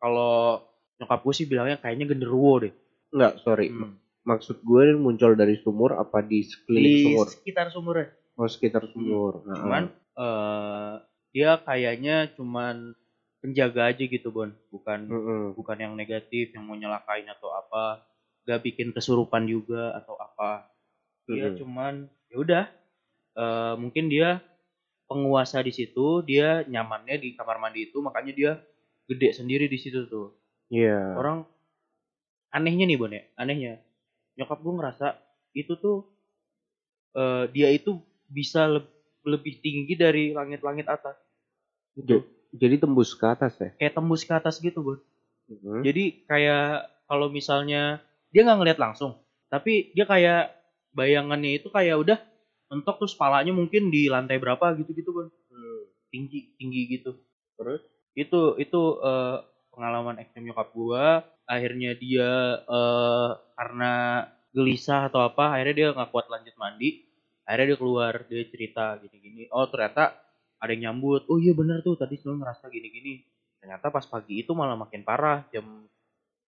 [SPEAKER 3] kalau nyokap gue sih bilangnya kayaknya genderuwo deh
[SPEAKER 1] Enggak, sorry.
[SPEAKER 3] Hmm.
[SPEAKER 1] Maksud gue muncul dari sumur apa di sekeliling
[SPEAKER 3] di
[SPEAKER 1] sumur?
[SPEAKER 3] sekitar sumurnya
[SPEAKER 1] Oh sekitar sumur. Nah, Heeh.
[SPEAKER 3] cuman eh dia kayaknya cuman penjaga aja gitu bon bukan
[SPEAKER 1] Heeh.
[SPEAKER 3] bukan yang negatif yang mau nyelakain atau apa gak bikin kesurupan juga atau apa dia
[SPEAKER 1] Mhm.
[SPEAKER 3] cuman ya udah eh, mungkin dia penguasa di situ dia nyamannya di kamar mandi itu makanya dia gede sendiri di situ tuh
[SPEAKER 1] Iya.
[SPEAKER 3] orang anehnya nih bon ya anehnya nyokap gue ngerasa itu tuh eh, dia itu bisa leb- lebih tinggi dari langit-langit atas
[SPEAKER 1] Ja- Jadi tembus ke atas ya.
[SPEAKER 3] kayak tembus ke atas gitu bon
[SPEAKER 1] Heeh.
[SPEAKER 3] jadi kayak kalau misalnya dia nggak ngeliat langsung tapi dia kayak bayangannya itu kayak udah mentok terus palanya mungkin di lantai berapa gitu gitu bon tinggi tinggi gitu
[SPEAKER 1] Terus?
[SPEAKER 3] itu itu eh, pengalaman ekstrim nyokap gua akhirnya dia eh, karena gelisah atau apa akhirnya dia nggak kuat lanjut mandi akhirnya dia keluar dia cerita gini gini oh ternyata ada yang nyambut oh iya benar tuh tadi selalu ngerasa gini gini ternyata pas pagi itu malah makin parah jam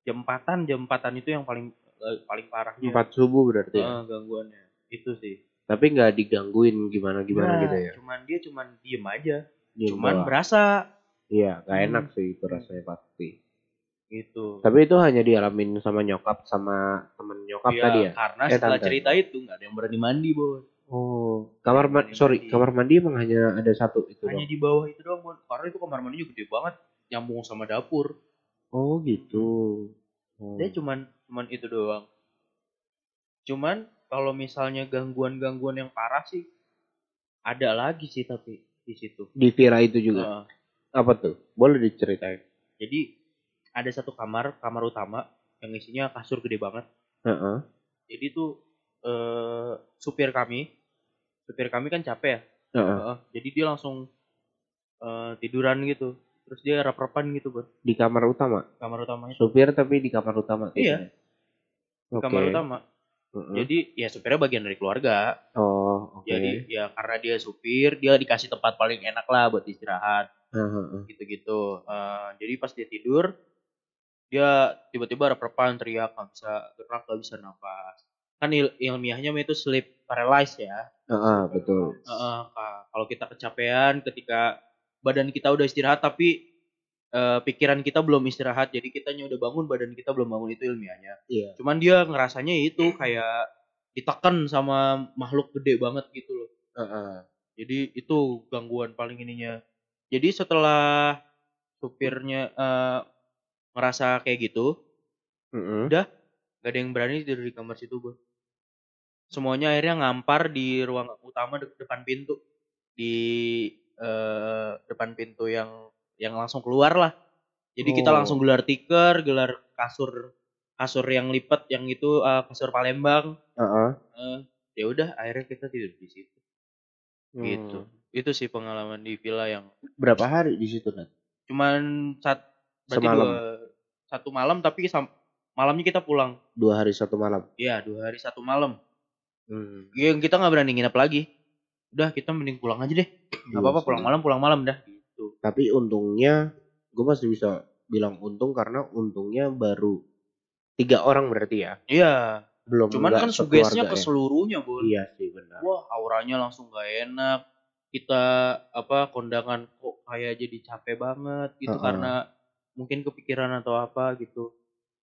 [SPEAKER 3] jam empatan jam empatan itu yang paling eh, paling parahnya
[SPEAKER 1] Iya. Empat subuh berarti. ya?
[SPEAKER 3] Eh, gangguannya itu sih
[SPEAKER 1] Tapi nggak digangguin gimana gimana
[SPEAKER 3] Nah,
[SPEAKER 1] gitu ya.
[SPEAKER 3] cuman dia cuman diem aja
[SPEAKER 1] Di
[SPEAKER 3] cuman
[SPEAKER 1] bawah.
[SPEAKER 3] berasa
[SPEAKER 1] Iya, nggak
[SPEAKER 3] Hmm.
[SPEAKER 1] enak sih itu rasanya pasti.
[SPEAKER 3] gitu
[SPEAKER 1] Tapi itu hanya dialamin sama nyokap sama temen nyokap
[SPEAKER 3] Iya,
[SPEAKER 1] tadi ya.
[SPEAKER 3] Karena
[SPEAKER 1] Eh,
[SPEAKER 3] setelah
[SPEAKER 1] tante.
[SPEAKER 3] cerita itu nggak ada yang berani mandi, Bon.
[SPEAKER 1] Oh, kamar ma-
[SPEAKER 3] Kamar
[SPEAKER 1] sorry,
[SPEAKER 3] mandi.
[SPEAKER 1] kamar mandi emang hanya ada satu itu doang.
[SPEAKER 3] Hanya di bawah itu doang, Bon. Karena itu kamar mandinya gede banget, nyambung sama dapur.
[SPEAKER 1] Oh gitu. Hmm.
[SPEAKER 3] Dia cuman cuman itu doang. Cuman kalau misalnya gangguan-gangguan yang parah sih ada lagi sih tapi di situ.
[SPEAKER 1] Di Vira itu juga.
[SPEAKER 3] Nah,
[SPEAKER 1] Oh. Apa tuh? Boleh diceritain.
[SPEAKER 3] jadi ada satu kamar, kamar utama yang isinya kasur gede banget.
[SPEAKER 1] Heeh.
[SPEAKER 3] Jadi tuh eh, supir kami, supir kami kan capek ya,
[SPEAKER 1] Heeh.
[SPEAKER 3] Heeh, jadi dia langsung eh, tiduran gitu. Terus dia rap-rapan gitu, Bro.
[SPEAKER 1] Di kamar utama.
[SPEAKER 3] Kamar utamanya.
[SPEAKER 1] Supir tapi di kamar utama.
[SPEAKER 3] Iya.
[SPEAKER 1] kayaknya. Oke.
[SPEAKER 3] Kamar utama.
[SPEAKER 2] Hmm.
[SPEAKER 1] Heeh.
[SPEAKER 3] Jadi ya supirnya bagian dari keluarga.
[SPEAKER 1] Oh, oke.
[SPEAKER 3] Jadi ya karena dia supir, dia dikasih tempat paling enak lah buat istirahat
[SPEAKER 1] Heeh.
[SPEAKER 3] gitu-gitu. Eh, jadi pas dia tidur, dia tiba-tiba rap-rapan teriak, nggak bisa gerak, nggak bisa nafas. Kan il- ilmiahnya itu sleep paralysis ya.
[SPEAKER 1] Heeh, betul.
[SPEAKER 3] Heeh, Kak. kalau kita kecapean ketika badan kita udah istirahat tapi eh, pikiran kita belum istirahat jadi kitanya udah bangun badan kita belum bangun itu ilmiahnya.
[SPEAKER 1] Iya.
[SPEAKER 3] Cuman dia ngerasanya itu kayak ditekan sama makhluk gede banget gitu loh.
[SPEAKER 1] Heeh.
[SPEAKER 3] Jadi itu gangguan paling ininya. Jadi setelah supirnya eh, ngerasa kayak gitu,
[SPEAKER 1] Heeh.
[SPEAKER 3] gak ada yang berani tidur di kamar situ, Bos. Semuanya akhirnya ngampar di ruang utama de- depan pintu. Di eh, depan pintu yang yang langsung keluar lah. Jadi kita
[SPEAKER 1] Oh.
[SPEAKER 3] langsung gelar tikar, gelar kasur kasur yang lipat yang itu eh, kasur Palembang.
[SPEAKER 1] Heeh.
[SPEAKER 3] Eh, ya udah akhirnya kita tidur di situ. Gitu.
[SPEAKER 1] Hmm.
[SPEAKER 3] Itu sih pengalaman di villa yang
[SPEAKER 1] Berapa hari di situ, Nat?
[SPEAKER 3] cuman sat berarti
[SPEAKER 1] Semalam.
[SPEAKER 3] dua- satu malam tapi sam- malamnya kita pulang.
[SPEAKER 1] Dua hari satu malam.
[SPEAKER 3] Iya, dua hari satu malam.
[SPEAKER 1] Hmm.
[SPEAKER 3] Ya, kita nggak berani nginep lagi udah kita mending pulang aja deh
[SPEAKER 1] Iya
[SPEAKER 3] nggak apa-apa pulang malam pulang malam dah gitu
[SPEAKER 1] Tapi untungnya gue masih bisa bilang untung karena untungnya baru tiga orang berarti ya.
[SPEAKER 3] iya
[SPEAKER 1] Belum
[SPEAKER 3] cuman
[SPEAKER 1] nggak
[SPEAKER 3] kan sugesnya
[SPEAKER 1] sekeluarga
[SPEAKER 3] ke
[SPEAKER 1] ya.
[SPEAKER 3] seluruhnya bon
[SPEAKER 1] Iya sih benar.
[SPEAKER 3] wah auranya langsung gak enak kita apa kondangan kok kayak jadi capek banget gitu
[SPEAKER 1] Heeh.
[SPEAKER 3] karena mungkin kepikiran atau apa gitu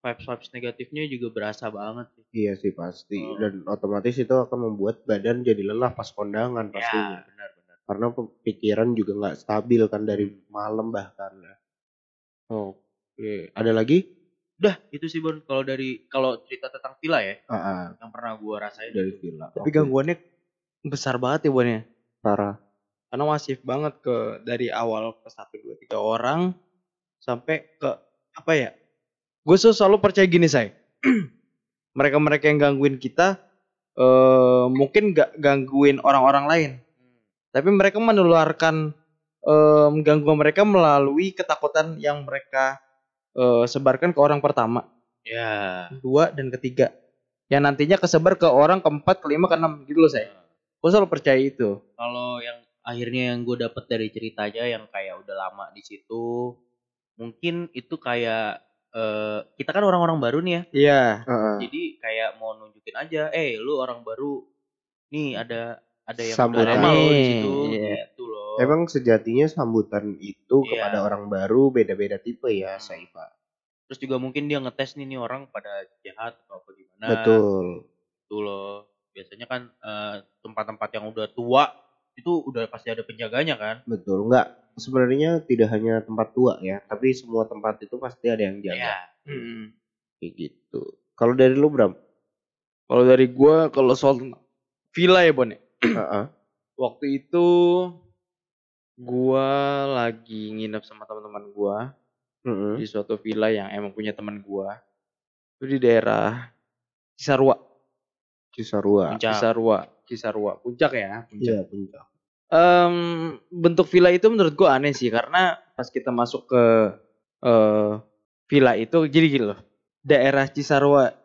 [SPEAKER 3] vibes vibes negatifnya juga berasa banget sih.
[SPEAKER 1] Iya sih pasti
[SPEAKER 3] Hmm.
[SPEAKER 1] dan otomatis itu akan membuat badan jadi lelah pas kondangan pastinya.
[SPEAKER 3] ya benar-benar
[SPEAKER 1] Karena pikiran juga nggak stabil kan dari
[SPEAKER 3] Hmm.
[SPEAKER 1] malam bahkan. Oke, ada lagi?
[SPEAKER 3] udah itu sih Bon kalau dari kalau cerita tentang villa ya
[SPEAKER 1] Ah, ah,
[SPEAKER 3] yang pernah gua rasain
[SPEAKER 1] dari
[SPEAKER 3] itu.
[SPEAKER 1] villa.
[SPEAKER 2] Tapi
[SPEAKER 1] Oke,
[SPEAKER 2] gangguannya besar banget ya Bon ya.
[SPEAKER 1] parah.
[SPEAKER 2] Karena masif banget ke dari awal ke satu dua tiga orang sampai ke apa ya? Gue selalu percaya gini say. Mereka-mereka yang gangguin kita eh mungkin gak gangguin orang-orang lain, tapi mereka menularkan eh, gangguan mereka melalui ketakutan yang mereka eh, sebarkan ke orang pertama.
[SPEAKER 3] ya
[SPEAKER 2] kedua dan ketiga yang nantinya kesebar ke orang keempat kelima keenam gitu loh
[SPEAKER 1] ya?
[SPEAKER 2] saya
[SPEAKER 1] Oh,
[SPEAKER 2] gue selalu percaya itu
[SPEAKER 3] kalau yang akhirnya yang gue dapet dari ceritanya yang kayak udah lama di situ mungkin itu kayak eh, kita kan orang-orang baru nih ya
[SPEAKER 2] iya
[SPEAKER 1] Ah, ah.
[SPEAKER 3] jadi kayak mau nunjukin aja eh lu orang baru nih ada ada yang
[SPEAKER 1] Sambutan.
[SPEAKER 3] udah lama lo di
[SPEAKER 2] Nih,
[SPEAKER 3] situ
[SPEAKER 2] iya.
[SPEAKER 3] gitu loh
[SPEAKER 1] Emang sejatinya sambutan itu
[SPEAKER 3] Iya.
[SPEAKER 1] kepada orang baru beda-beda tipe ya,
[SPEAKER 3] Hmm.
[SPEAKER 1] Saifa.
[SPEAKER 3] terus juga mungkin dia ngetes nih nih orang pada jahat atau apa gimana
[SPEAKER 1] Betul.
[SPEAKER 3] gitu loh biasanya kan eh, tempat-tempat yang udah tua itu udah pasti ada penjaganya kan
[SPEAKER 1] Betul, enggak? gitu. Sebenarnya tidak hanya tempat tua ya, tapi semua tempat itu pasti ada yang jaga.
[SPEAKER 3] Iya.
[SPEAKER 1] Kayak gitu. Kalau dari lu Bram?
[SPEAKER 2] kalau dari gue kalau soal tentang villa ya bon ya?
[SPEAKER 1] Ah, ah.
[SPEAKER 2] waktu itu gue lagi nginep sama teman-teman gue
[SPEAKER 1] Mm-mm.
[SPEAKER 2] di suatu villa yang emang punya teman gue itu di daerah Cisarua
[SPEAKER 1] Cisarua.
[SPEAKER 3] Puncak.
[SPEAKER 2] Cisarua Cisarua puncak ya puncak
[SPEAKER 1] Iya, puncak.
[SPEAKER 2] Em, bentuk villa itu menurut gua aneh sih karena pas kita masuk ke eh, villa itu jadi gini loh daerah Cisarua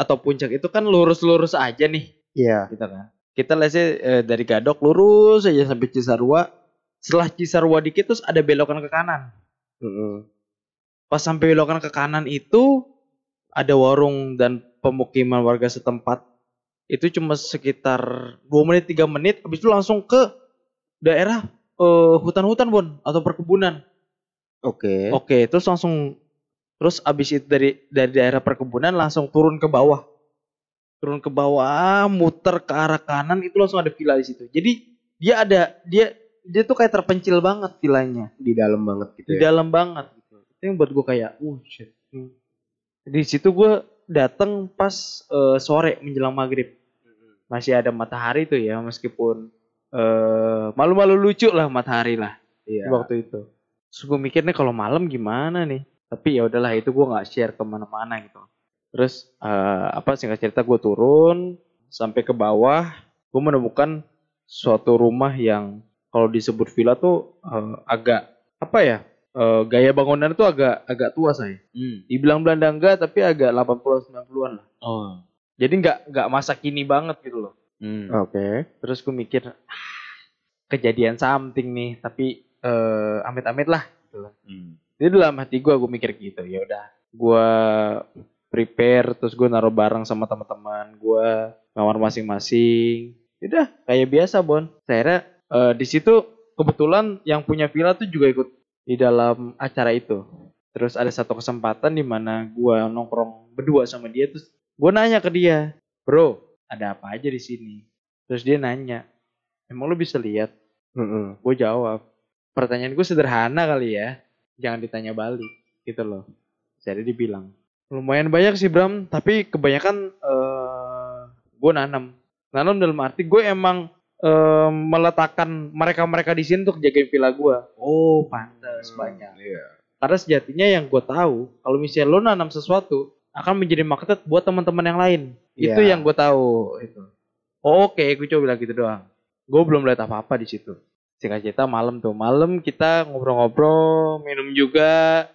[SPEAKER 2] atau puncak itu kan lurus-lurus aja nih
[SPEAKER 1] Iya.
[SPEAKER 2] kita kan kita lesnya eh, dari Gadok lurus aja sampai Cisarua setelah Cisarua dikit terus ada belokan ke kanan
[SPEAKER 1] Mm-mm.
[SPEAKER 2] pas sampai belokan ke kanan itu ada warung dan pemukiman warga setempat itu cuma sekitar 2 menit 3 menit habis itu langsung ke daerah eh, hutan-hutan bon atau perkebunan
[SPEAKER 1] Oke.
[SPEAKER 2] oke terus langsung terus habis itu dari dari daerah perkebunan langsung turun ke bawah turun ke bawah muter ke arah kanan itu langsung ada villa di situ jadi dia ada dia dia tuh kayak terpencil banget villanya
[SPEAKER 1] Di dalam banget gitu
[SPEAKER 2] di
[SPEAKER 1] ya.
[SPEAKER 2] dalam banget gitu. Itu yang buat gue kayak, oh shit. Hmm. Di situ gue datang pas eh, sore menjelang maghrib. Masih ada matahari tuh ya, meskipun eh, malu-malu lucu lah matahari lah
[SPEAKER 1] Iya.
[SPEAKER 2] di waktu itu. Terus gue mikirnya kalau malam gimana nih? Tapi ya udahlah itu gue nggak share kemana-mana gitu. Terus eh, apa singkat cerita gue turun sampai ke bawah, gue menemukan suatu rumah yang kalau disebut villa tuh eh, agak apa ya? eh, gaya bangunan tuh agak agak tua saya.
[SPEAKER 3] Hmm.
[SPEAKER 2] Dibilang Belanda enggak, tapi agak 80 90-an lah.
[SPEAKER 3] oh
[SPEAKER 2] Jadi nggak nggak masa kini banget gitu loh.
[SPEAKER 3] Hmm.
[SPEAKER 1] Oke.
[SPEAKER 2] Terus gue mikir "Ah, kejadian something nih, tapi eh, amit-amit lah
[SPEAKER 3] Hmm.
[SPEAKER 2] Jadi dalam hati gue, gue mikir gitu. Ya udah, gue prepare, terus gue naruh barang sama teman-teman gue, kamar masing-masing. Ya Udah, kayak biasa Bon. Saya di situ kebetulan yang punya villa tuh juga ikut di dalam acara itu. Terus ada satu kesempatan di mana gue nongkrong berdua sama dia, terus gue nanya ke dia, bro, ada apa aja di sini? Terus dia nanya, emang lu bisa lihat?
[SPEAKER 1] Mm-mm.
[SPEAKER 2] gue jawab pertanyaan gue sederhana kali ya jangan ditanya balik gitu loh jadi dibilang lumayan banyak sih Bram tapi kebanyakan eh gue nanam nanam dalam arti gue emang eh, meletakkan mereka mereka di sini untuk jagain villa gue oh pantas banyak
[SPEAKER 1] Iya.
[SPEAKER 2] karena sejatinya yang gue tahu kalau misalnya lo nanam sesuatu akan menjadi magnet buat teman-teman yang lain itu
[SPEAKER 1] Iya.
[SPEAKER 2] yang gue tahu itu oh, oke gue coba bilang gitu doang gue belum lihat apa apa di situ singkat cerita malam tuh malam kita ngobrol-ngobrol minum juga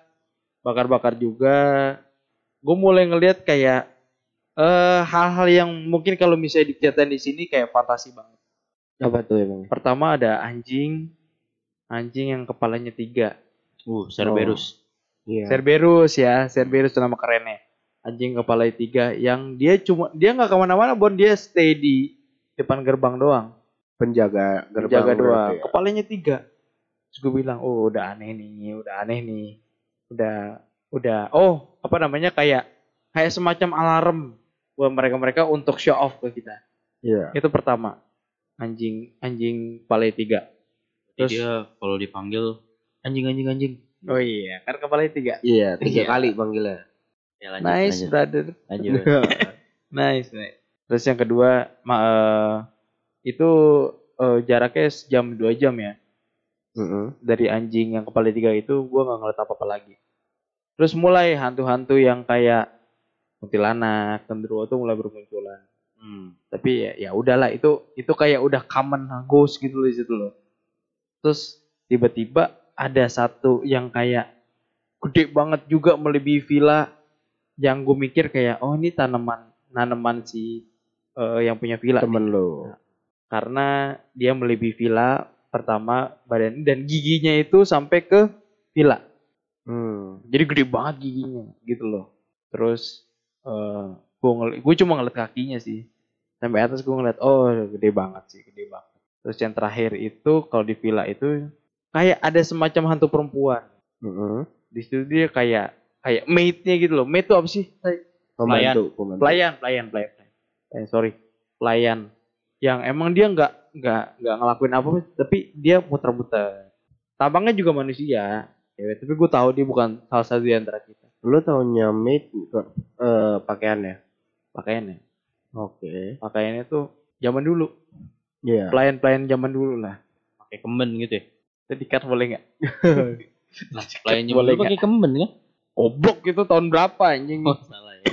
[SPEAKER 2] bakar-bakar juga gue mulai ngelihat kayak eh hal-hal yang mungkin kalau misalnya diceritain di sini kayak fantasi banget
[SPEAKER 1] Apa tuh emang?
[SPEAKER 2] pertama ada anjing anjing yang kepalanya tiga
[SPEAKER 3] uh Cerberus
[SPEAKER 1] Iya.
[SPEAKER 2] Cerberus ya, Cerberus itu nama kerennya. Anjing kepala tiga yang dia cuma dia nggak kemana-mana, bon dia stay di depan gerbang doang,
[SPEAKER 1] Penjaga gerbang.
[SPEAKER 2] jaga
[SPEAKER 1] berarti
[SPEAKER 2] doang.
[SPEAKER 1] ya.
[SPEAKER 2] Kepalanya tiga. Terus gue bilang, oh udah aneh nih, udah aneh nih, udah udah oh apa namanya kayak kayak semacam alarm buat mereka-mereka untuk show off ke kita.
[SPEAKER 1] Iya.
[SPEAKER 2] Itu pertama anjing anjing pale tiga.
[SPEAKER 3] Jadi
[SPEAKER 2] Terus-
[SPEAKER 3] dia kalau dipanggil anjing anjing anjing.
[SPEAKER 2] Oh iya kan kepala tiga.
[SPEAKER 1] Iya, tiga
[SPEAKER 2] Iya.
[SPEAKER 1] kali panggilnya.
[SPEAKER 3] Ya, lanjut,
[SPEAKER 2] Nice
[SPEAKER 3] lanjut,
[SPEAKER 2] brother.
[SPEAKER 3] lanjut.
[SPEAKER 2] Nice. nice. Iya. Terus yang kedua ma- eh, itu eh, jaraknya sejam dua jam ya.
[SPEAKER 1] Heeh.
[SPEAKER 2] dari anjing yang kepala tiga itu gue nggak ngeliat apa apa lagi terus mulai hantu-hantu yang kayak kuntilanak genderuwo tuh mulai bermunculan
[SPEAKER 3] Hmm.
[SPEAKER 2] tapi ya ya udahlah itu itu kayak udah common ghost gitu loh di situ loh terus tiba-tiba ada satu yang kayak gede banget juga melebihi villa yang gue mikir kayak oh ini tanaman tanaman si eh, yang punya villa nih.
[SPEAKER 1] Temen lo.
[SPEAKER 2] karena dia melebihi villa pertama badan dan giginya itu sampai ke villa
[SPEAKER 1] Hmm.
[SPEAKER 2] jadi gede banget giginya gitu loh terus eh gue cuma ngeliat kakinya sih sampai atas gue ngeliat oh gede banget sih gede banget terus yang terakhir itu kalau di villa itu kayak ada semacam hantu perempuan
[SPEAKER 1] Heeh.
[SPEAKER 2] di situ dia kayak kayak mate-nya gitu loh mate itu apa sih
[SPEAKER 1] Pembantu, pembantu.
[SPEAKER 2] pelayan pelayan pelayan pelayan. Eh, sorry pelayan yang emang dia nggak nggak nggak ngelakuin apa tapi dia muter-muter tampangnya juga manusia cewek tapi gue tahu dia bukan salah satu di antara kita
[SPEAKER 1] Lo tau nyamit bukan, eh pakaiannya.
[SPEAKER 2] pakaiannya
[SPEAKER 1] Oke.
[SPEAKER 2] pakaiannya tuh zaman dulu
[SPEAKER 1] Iya.
[SPEAKER 2] pelayan pelayan zaman dulu lah
[SPEAKER 3] Pakai kemben gitu ya.
[SPEAKER 2] itu dikat boleh nggak
[SPEAKER 3] Nah, pelayan
[SPEAKER 2] Boleh
[SPEAKER 3] boleh pakai kemben kan?
[SPEAKER 2] oblok itu tahun berapa anjing
[SPEAKER 3] Oh, salah ya.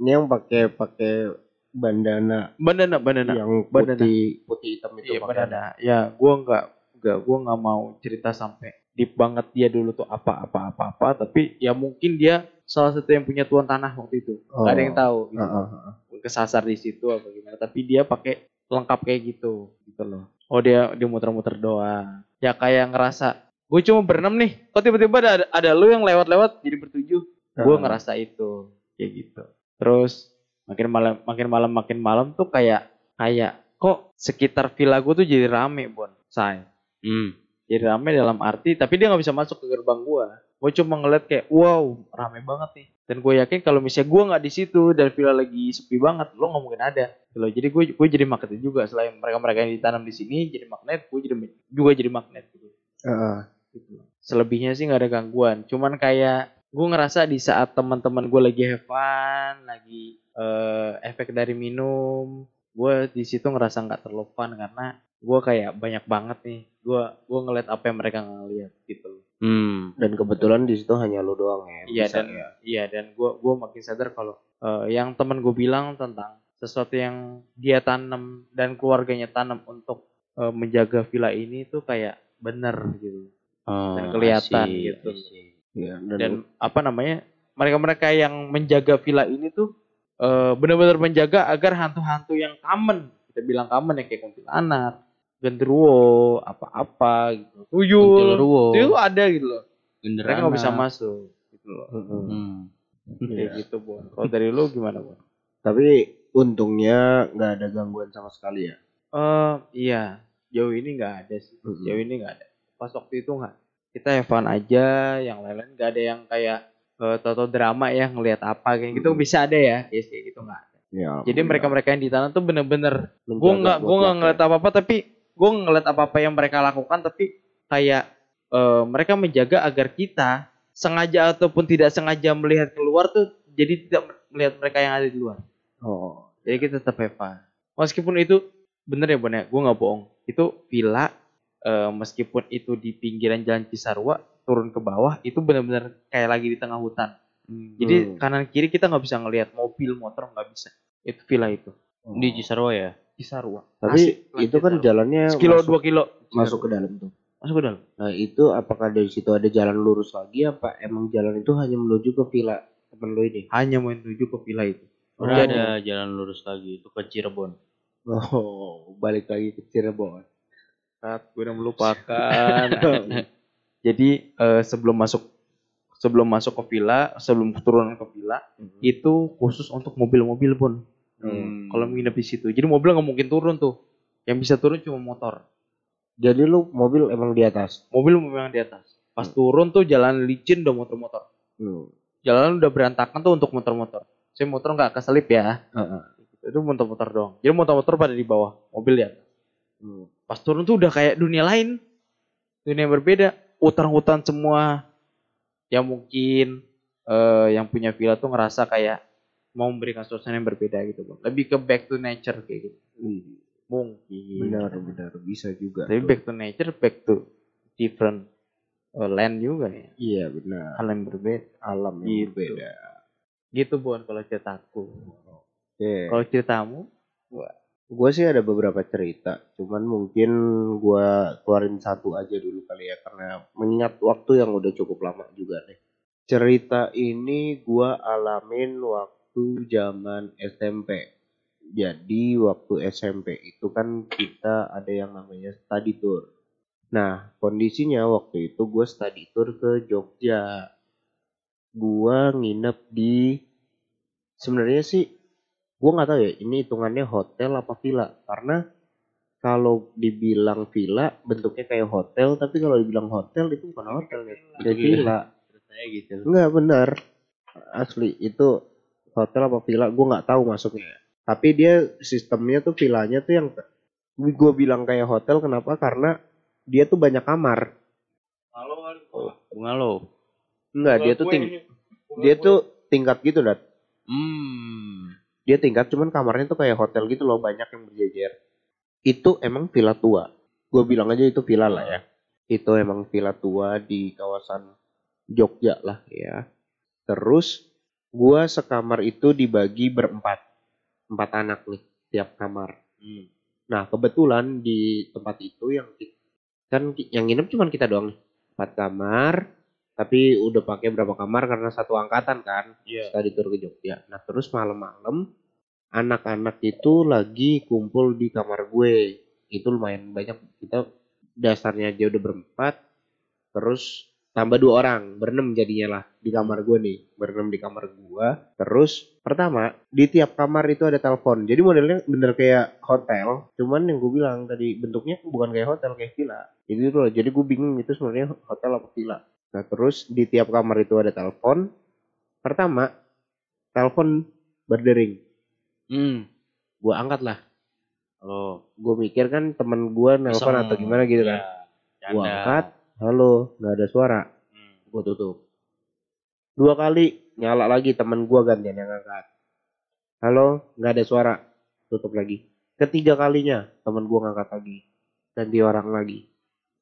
[SPEAKER 1] Ini yang pakai pakai bandana
[SPEAKER 2] bandana bandana
[SPEAKER 1] yang
[SPEAKER 2] bandana.
[SPEAKER 1] putih putih hitam itu
[SPEAKER 2] Iya
[SPEAKER 1] pakaiannya.
[SPEAKER 2] benar. Ya, gua nggak nggak gua nggak mau cerita sampai deep banget dia dulu tuh apa apa apa apa. Tapi ya mungkin dia salah satu yang punya tuan tanah waktu itu. Nggak
[SPEAKER 1] Oh.
[SPEAKER 2] ada yang tahu. Gitu.
[SPEAKER 1] Heeh.
[SPEAKER 2] Kesasar di situ apa gimana. Tapi dia pakai lengkap kayak gitu gitu loh. Oh dia dia muter-muter doang. Ya kayak ngerasa gue cuma berenam nih. Kok tiba-tiba ada ada lu yang lewat-lewat jadi bertujuh gue ngerasa itu kayak gitu terus makin malam makin malam makin malam tuh kayak kayak kok sekitar villa gue tuh jadi rame bon say
[SPEAKER 3] Hmm.
[SPEAKER 2] jadi rame dalam arti tapi dia nggak bisa masuk ke gerbang gue gue cuma ngeliat kayak wow rame banget nih dan gue yakin kalau misalnya gue nggak di situ dan villa lagi sepi banget lo nggak mungkin ada Gitu loh jadi gue gue jadi magnet juga selain mereka mereka yang ditanam di sini jadi magnet gue jadi juga jadi magnet gitu
[SPEAKER 1] Heeh.
[SPEAKER 2] gitu. Selebihnya sih nggak ada gangguan. Cuman kayak gue ngerasa di saat teman-teman gue lagi have fun, lagi eh, efek dari minum, gue di situ ngerasa nggak terlalu fun karena gue kayak banyak banget nih. Gue gue ngeliat apa yang mereka ngeliat gitu. loh.
[SPEAKER 3] Hmm.
[SPEAKER 1] Dan kebetulan di situ hanya lo doang ya.
[SPEAKER 2] Iya
[SPEAKER 1] bisa
[SPEAKER 2] dan
[SPEAKER 1] ya.
[SPEAKER 2] iya dan gue gue makin sadar kalau eh, yang teman gue bilang tentang sesuatu yang dia tanam dan keluarganya tanam untuk eh, menjaga villa ini tuh kayak bener gitu.
[SPEAKER 3] Oh,
[SPEAKER 2] Dan kelihatan
[SPEAKER 3] I see,
[SPEAKER 2] gitu.
[SPEAKER 3] I see.
[SPEAKER 1] Iya, dan,
[SPEAKER 2] dan apa namanya mereka-mereka yang menjaga villa ini tuh eh, benar-benar menjaga agar hantu-hantu yang common kita bilang common ya kayak kuntilanak, genderuwo, apa-apa gitu, tuyul,
[SPEAKER 3] Kuntilaruwo,
[SPEAKER 2] tuyul ada gitu loh. Mereka nggak bisa
[SPEAKER 3] genderana.
[SPEAKER 2] masuk gitu loh.
[SPEAKER 1] Heeh.
[SPEAKER 3] Hmm.
[SPEAKER 2] Kayak
[SPEAKER 1] Iya.
[SPEAKER 2] gitu bon. Kalau dari lu gimana bon?
[SPEAKER 1] Tapi untungnya nggak ada gangguan sama sekali ya.
[SPEAKER 2] Eh iya jauh ini nggak ada sih.
[SPEAKER 1] Mm-mm.
[SPEAKER 2] Jauh ini nggak ada. Pas waktu itu nggak. Kita Evan aja, yang lain-lain nggak ada yang kayak eh, Toto drama ya ngelihat apa kayak gitu
[SPEAKER 1] Mm-mm.
[SPEAKER 2] bisa ada ya, Yes, kayak gitu nggak.
[SPEAKER 1] Ya,
[SPEAKER 2] Jadi mereka-mereka yang di tanah tuh bener-bener gue nggak gue nggak
[SPEAKER 1] nggak
[SPEAKER 2] ngeliat apa-apa tapi gue ngeliat apa-apa yang mereka lakukan tapi kayak eh, mereka menjaga agar kita sengaja ataupun tidak sengaja melihat keluar tuh jadi tidak melihat mereka yang ada di luar.
[SPEAKER 1] Oh,
[SPEAKER 2] Jadi kita tetap have fun. Meskipun itu bener ya Bon ya, gue nggak bohong. Itu villa eh, meskipun itu di pinggiran jalan Cisarua turun ke bawah itu bener-bener kayak lagi di tengah hutan. Jadi
[SPEAKER 1] Hmm.
[SPEAKER 2] kanan kiri kita nggak bisa ngelihat mobil motor nggak bisa. Itu villa itu.
[SPEAKER 3] Di Cisarua ya?
[SPEAKER 1] oh.
[SPEAKER 2] Cisarua.
[SPEAKER 1] tapi
[SPEAKER 2] Asik,
[SPEAKER 1] itu kan
[SPEAKER 2] Cisarua.
[SPEAKER 1] jalannya
[SPEAKER 2] sekilo
[SPEAKER 1] masuk,
[SPEAKER 2] dua kilo
[SPEAKER 1] masuk ke dalam tuh.
[SPEAKER 2] masuk ke dalam.
[SPEAKER 1] Nah, itu apakah dari situ ada jalan lurus lagi apa emang jalan itu hanya menuju ke villa temen lo ini?
[SPEAKER 2] Hanya menuju ke villa itu.
[SPEAKER 3] Udah
[SPEAKER 2] Jadi-
[SPEAKER 3] ada jalan lurus lagi itu ke Cirebon.
[SPEAKER 1] Oh, balik lagi ke Cirebon.
[SPEAKER 2] Saat gue udah melupakan. Jadi eh, sebelum masuk sebelum masuk ke villa, sebelum turun ke villa itu khusus untuk mobil-mobil pun.
[SPEAKER 1] Hmm.
[SPEAKER 2] Kalau nginep di situ, jadi mobil nggak mungkin turun tuh. Yang bisa turun cuma motor.
[SPEAKER 1] Jadi lu mobil emang di atas.
[SPEAKER 2] mobil memang di atas pas turun tuh jalan licin udah motor-motor
[SPEAKER 1] Hmm.
[SPEAKER 2] jalan udah berantakan tuh untuk motor-motor saya motor nggak keselip ya
[SPEAKER 1] Heeh.
[SPEAKER 2] itu motor-motor doang jadi motor-motor pada di bawah mobil ya
[SPEAKER 1] Hmm.
[SPEAKER 2] pas turun tuh udah kayak dunia lain dunia yang berbeda hutan-hutan semua yang mungkin eh, yang punya villa tuh ngerasa kayak mau memberikan suasana yang berbeda gitu Bang. lebih ke back to nature kayak gitu
[SPEAKER 1] Ih,
[SPEAKER 2] mungkin
[SPEAKER 1] Benar, benar. Bisa juga.
[SPEAKER 2] tapi
[SPEAKER 1] tuh.
[SPEAKER 2] back to nature back to different eh, land juga ya
[SPEAKER 1] Iya, benar.
[SPEAKER 2] hal yang berbeda
[SPEAKER 1] Alam
[SPEAKER 2] Gitu.
[SPEAKER 1] yang berbeda.
[SPEAKER 2] gitu bon kalau ceritaku
[SPEAKER 1] Oke.
[SPEAKER 2] kalau ceritamu
[SPEAKER 1] Gue sih ada beberapa cerita, cuman mungkin gua keluarin satu aja dulu kali ya karena mengingat waktu yang udah cukup lama juga nih. Cerita ini gua alamin waktu zaman SMP. Jadi waktu SMP itu kan kita ada yang namanya study tour. Nah kondisinya waktu itu gue study tour ke Jogja. Gua nginep di sebenarnya sih gue nggak tahu ya ini hitungannya hotel apa villa karena kalau dibilang villa bentuknya kayak hotel tapi kalau dibilang hotel itu bukan hotel ya kayak
[SPEAKER 3] Iya.
[SPEAKER 1] villa
[SPEAKER 3] Terus saya gitu.
[SPEAKER 1] Enggak benar. Asli itu hotel apa villa gue nggak tahu masuknya. Tapi dia sistemnya tuh villanya tuh yang gue bilang kayak hotel kenapa? Karena dia tuh banyak kamar.
[SPEAKER 4] Halo, halo.
[SPEAKER 3] Bunga lo.
[SPEAKER 1] Enggak, dia tuh ting dia tuh tingkat gitu Nat.
[SPEAKER 3] Hmm.
[SPEAKER 1] Dia tingkat cuman kamarnya tuh kayak hotel gitu loh banyak yang berjejer. Itu emang villa tua. Gue bilang aja itu villa lah ya. Itu emang villa tua di kawasan Jogja lah ya. Terus gua sekamar itu dibagi berempat. Empat anak nih tiap kamar.
[SPEAKER 3] Hmm.
[SPEAKER 1] Nah, kebetulan di tempat itu yang ki- kan ki- yang nginep cuman kita doang nih. Empat kamar, tapi udah pakai berapa kamar karena satu angkatan kan.
[SPEAKER 4] Iya.
[SPEAKER 1] Kita di tour ke Jogja. Nah, terus malam-malam anak-anak itu lagi kumpul di kamar gue. Itu lumayan banyak. Kita dasarnya aja udah berempat. Terus tambah dua orang, berenam jadinya lah di kamar gue nih. Berenam di kamar gue. Terus pertama di tiap kamar itu ada telepon. Jadi modelnya bener kayak hotel. Cuman yang gue bilang tadi bentuknya bukan kayak hotel kayak villa. Itu loh. Jadi gue bingung itu sebenarnya hotel apa villa. Nah terus di tiap kamar itu ada telepon. Pertama telepon berdering.
[SPEAKER 3] Hmm.
[SPEAKER 1] Gue angkat lah.
[SPEAKER 3] Lo.
[SPEAKER 1] Gue mikir kan temen gue nelfon atau gimana gitu
[SPEAKER 3] Iya,
[SPEAKER 1] kan. Gua angkat. Halo, nggak ada suara.
[SPEAKER 3] Hmm.
[SPEAKER 1] Gue tutup. Dua kali nyala lagi temen gue gantian yang angkat. Halo, nggak ada suara. Tutup lagi. Ketiga kalinya temen gue ngangkat lagi. Ganti orang lagi.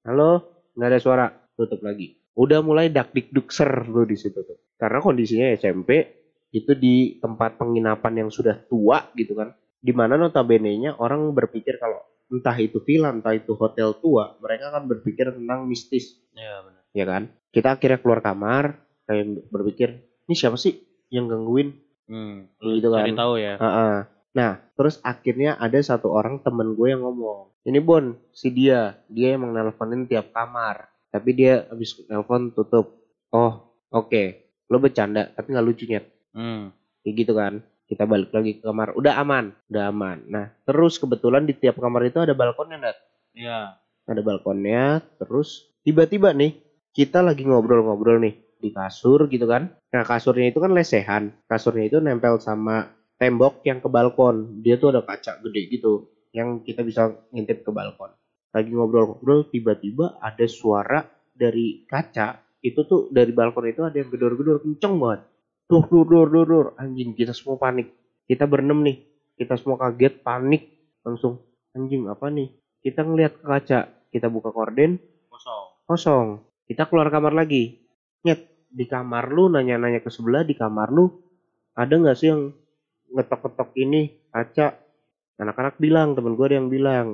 [SPEAKER 1] Halo, nggak ada suara. Tutup lagi. Udah mulai dak dik ser lu di situ tuh. Karena kondisinya SMP itu di tempat penginapan yang sudah tua gitu kan. Dimana notabene-nya orang berpikir kalau entah itu villa, entah itu hotel tua, mereka akan berpikir tentang mistis
[SPEAKER 3] Ya benar.
[SPEAKER 1] ya kan? Kita akhirnya keluar kamar, kayak berpikir, ini siapa sih yang gangguin?
[SPEAKER 3] Hmm.
[SPEAKER 1] Gitu kan.
[SPEAKER 3] Cari tahu ya.
[SPEAKER 1] Heeh. Nah, terus akhirnya ada satu orang temen gue yang ngomong, ini Bon, si dia, dia emang nelponin tiap kamar, tapi dia habis nelpon tutup. Oh, oke, lo bercanda, tapi nggak lucu Nyet."
[SPEAKER 3] Hmm.
[SPEAKER 1] kayak gitu kan kita balik lagi ke kamar udah aman udah aman nah terus kebetulan di tiap kamar itu ada balkonnya Nat.
[SPEAKER 3] Iya.
[SPEAKER 1] ada balkonnya terus tiba-tiba nih kita lagi ngobrol-ngobrol nih di kasur gitu kan nah kasurnya itu kan lesehan kasurnya itu nempel sama tembok yang ke balkon dia tuh ada kaca gede gitu yang kita bisa ngintip ke balkon lagi ngobrol-ngobrol tiba-tiba ada suara dari kaca itu tuh dari balkon itu ada yang gedor-gedor kenceng banget dur dur dur dur dur anjing kita semua panik kita berenam nih kita semua kaget panik langsung anjing apa nih kita ngelihat ke kaca kita buka korden
[SPEAKER 3] Kosong.
[SPEAKER 1] kosong kita keluar kamar lagi nyet di kamar lu nanya-nanya ke sebelah di kamar lu ada nggak sih yang ngetok-ngetok ini kaca anak-anak bilang temen gue ada yang bilang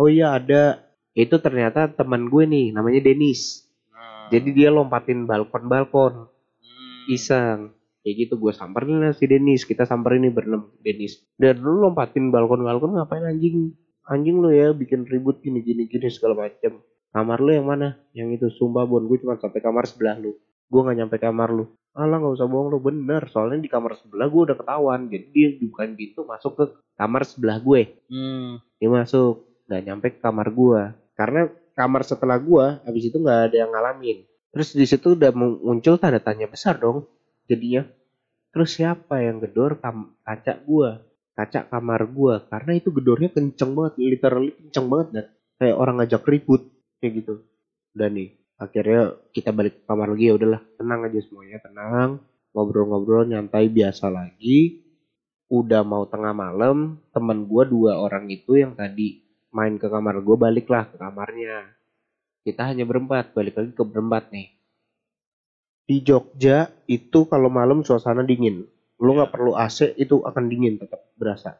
[SPEAKER 1] oh iya ada itu ternyata teman gue nih namanya Denis
[SPEAKER 3] Hmm.
[SPEAKER 1] jadi dia lompatin balkon-balkon
[SPEAKER 3] Hmm.
[SPEAKER 1] iseng kayak gitu gue samperin lah si Denis kita samperin nih berenam Denis dan lu lompatin balkon balkon ngapain anjing anjing lu ya bikin ribut gini gini gini segala macem kamar lu yang mana yang itu sumpah bon gue cuma sampai kamar sebelah lu gue nggak nyampe kamar lu alah nggak usah bohong lu bener soalnya di kamar sebelah gue udah ketahuan jadi dia bukan pintu masuk ke kamar sebelah gue
[SPEAKER 3] Hmm.
[SPEAKER 1] dia masuk nggak nyampe ke kamar gue Karena kamar setelah gua habis itu nggak ada yang ngalamin. Terus di situ udah mu- muncul tanda tanya besar dong jadinya. Terus siapa yang gedor kam- kaca gua? Kaca kamar gua karena itu gedornya kenceng banget, literally kenceng banget dan kayak orang ngajak ribut kayak gitu. Udah nih, akhirnya kita balik ke kamar lagi ya udahlah, tenang aja semuanya, tenang. Ngobrol-ngobrol nyantai biasa lagi. Udah mau tengah malam, teman gua dua orang itu yang tadi main ke kamar gue baliklah ke kamarnya kita hanya berempat balik lagi ke berempat nih di Jogja itu kalau malam suasana dingin lu nggak perlu AC itu akan dingin tetap berasa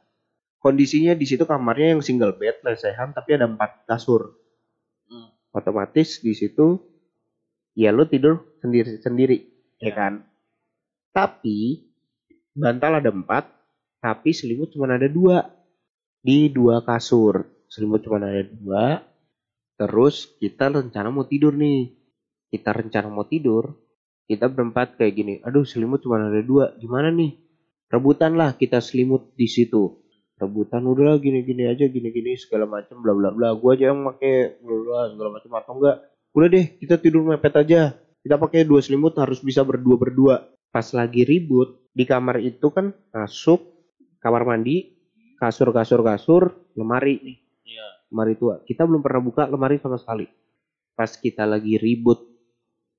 [SPEAKER 1] kondisinya di situ kamarnya yang single bed lesehan tapi ada empat kasur
[SPEAKER 3] Hmm.
[SPEAKER 1] otomatis di situ ya lu tidur sendiri sendiri ya kan tapi bantal ada empat tapi selimut cuma ada dua di dua kasur selimut cuma ada dua terus kita rencana mau tidur nih kita rencana mau tidur kita berempat kayak gini aduh selimut cuma ada dua gimana nih rebutan lah kita selimut di situ rebutan udah gini gini aja gini gini segala macam bla bla bla gua aja yang pakai bla bla segala macam atau enggak udah deh kita tidur mepet aja kita pakai dua selimut harus bisa berdua berdua pas lagi ribut di kamar itu kan masuk kamar mandi kasur kasur kasur lemari nih
[SPEAKER 3] Iya.
[SPEAKER 1] lemari tua. Kita belum pernah buka lemari sama sekali. Pas kita lagi ribut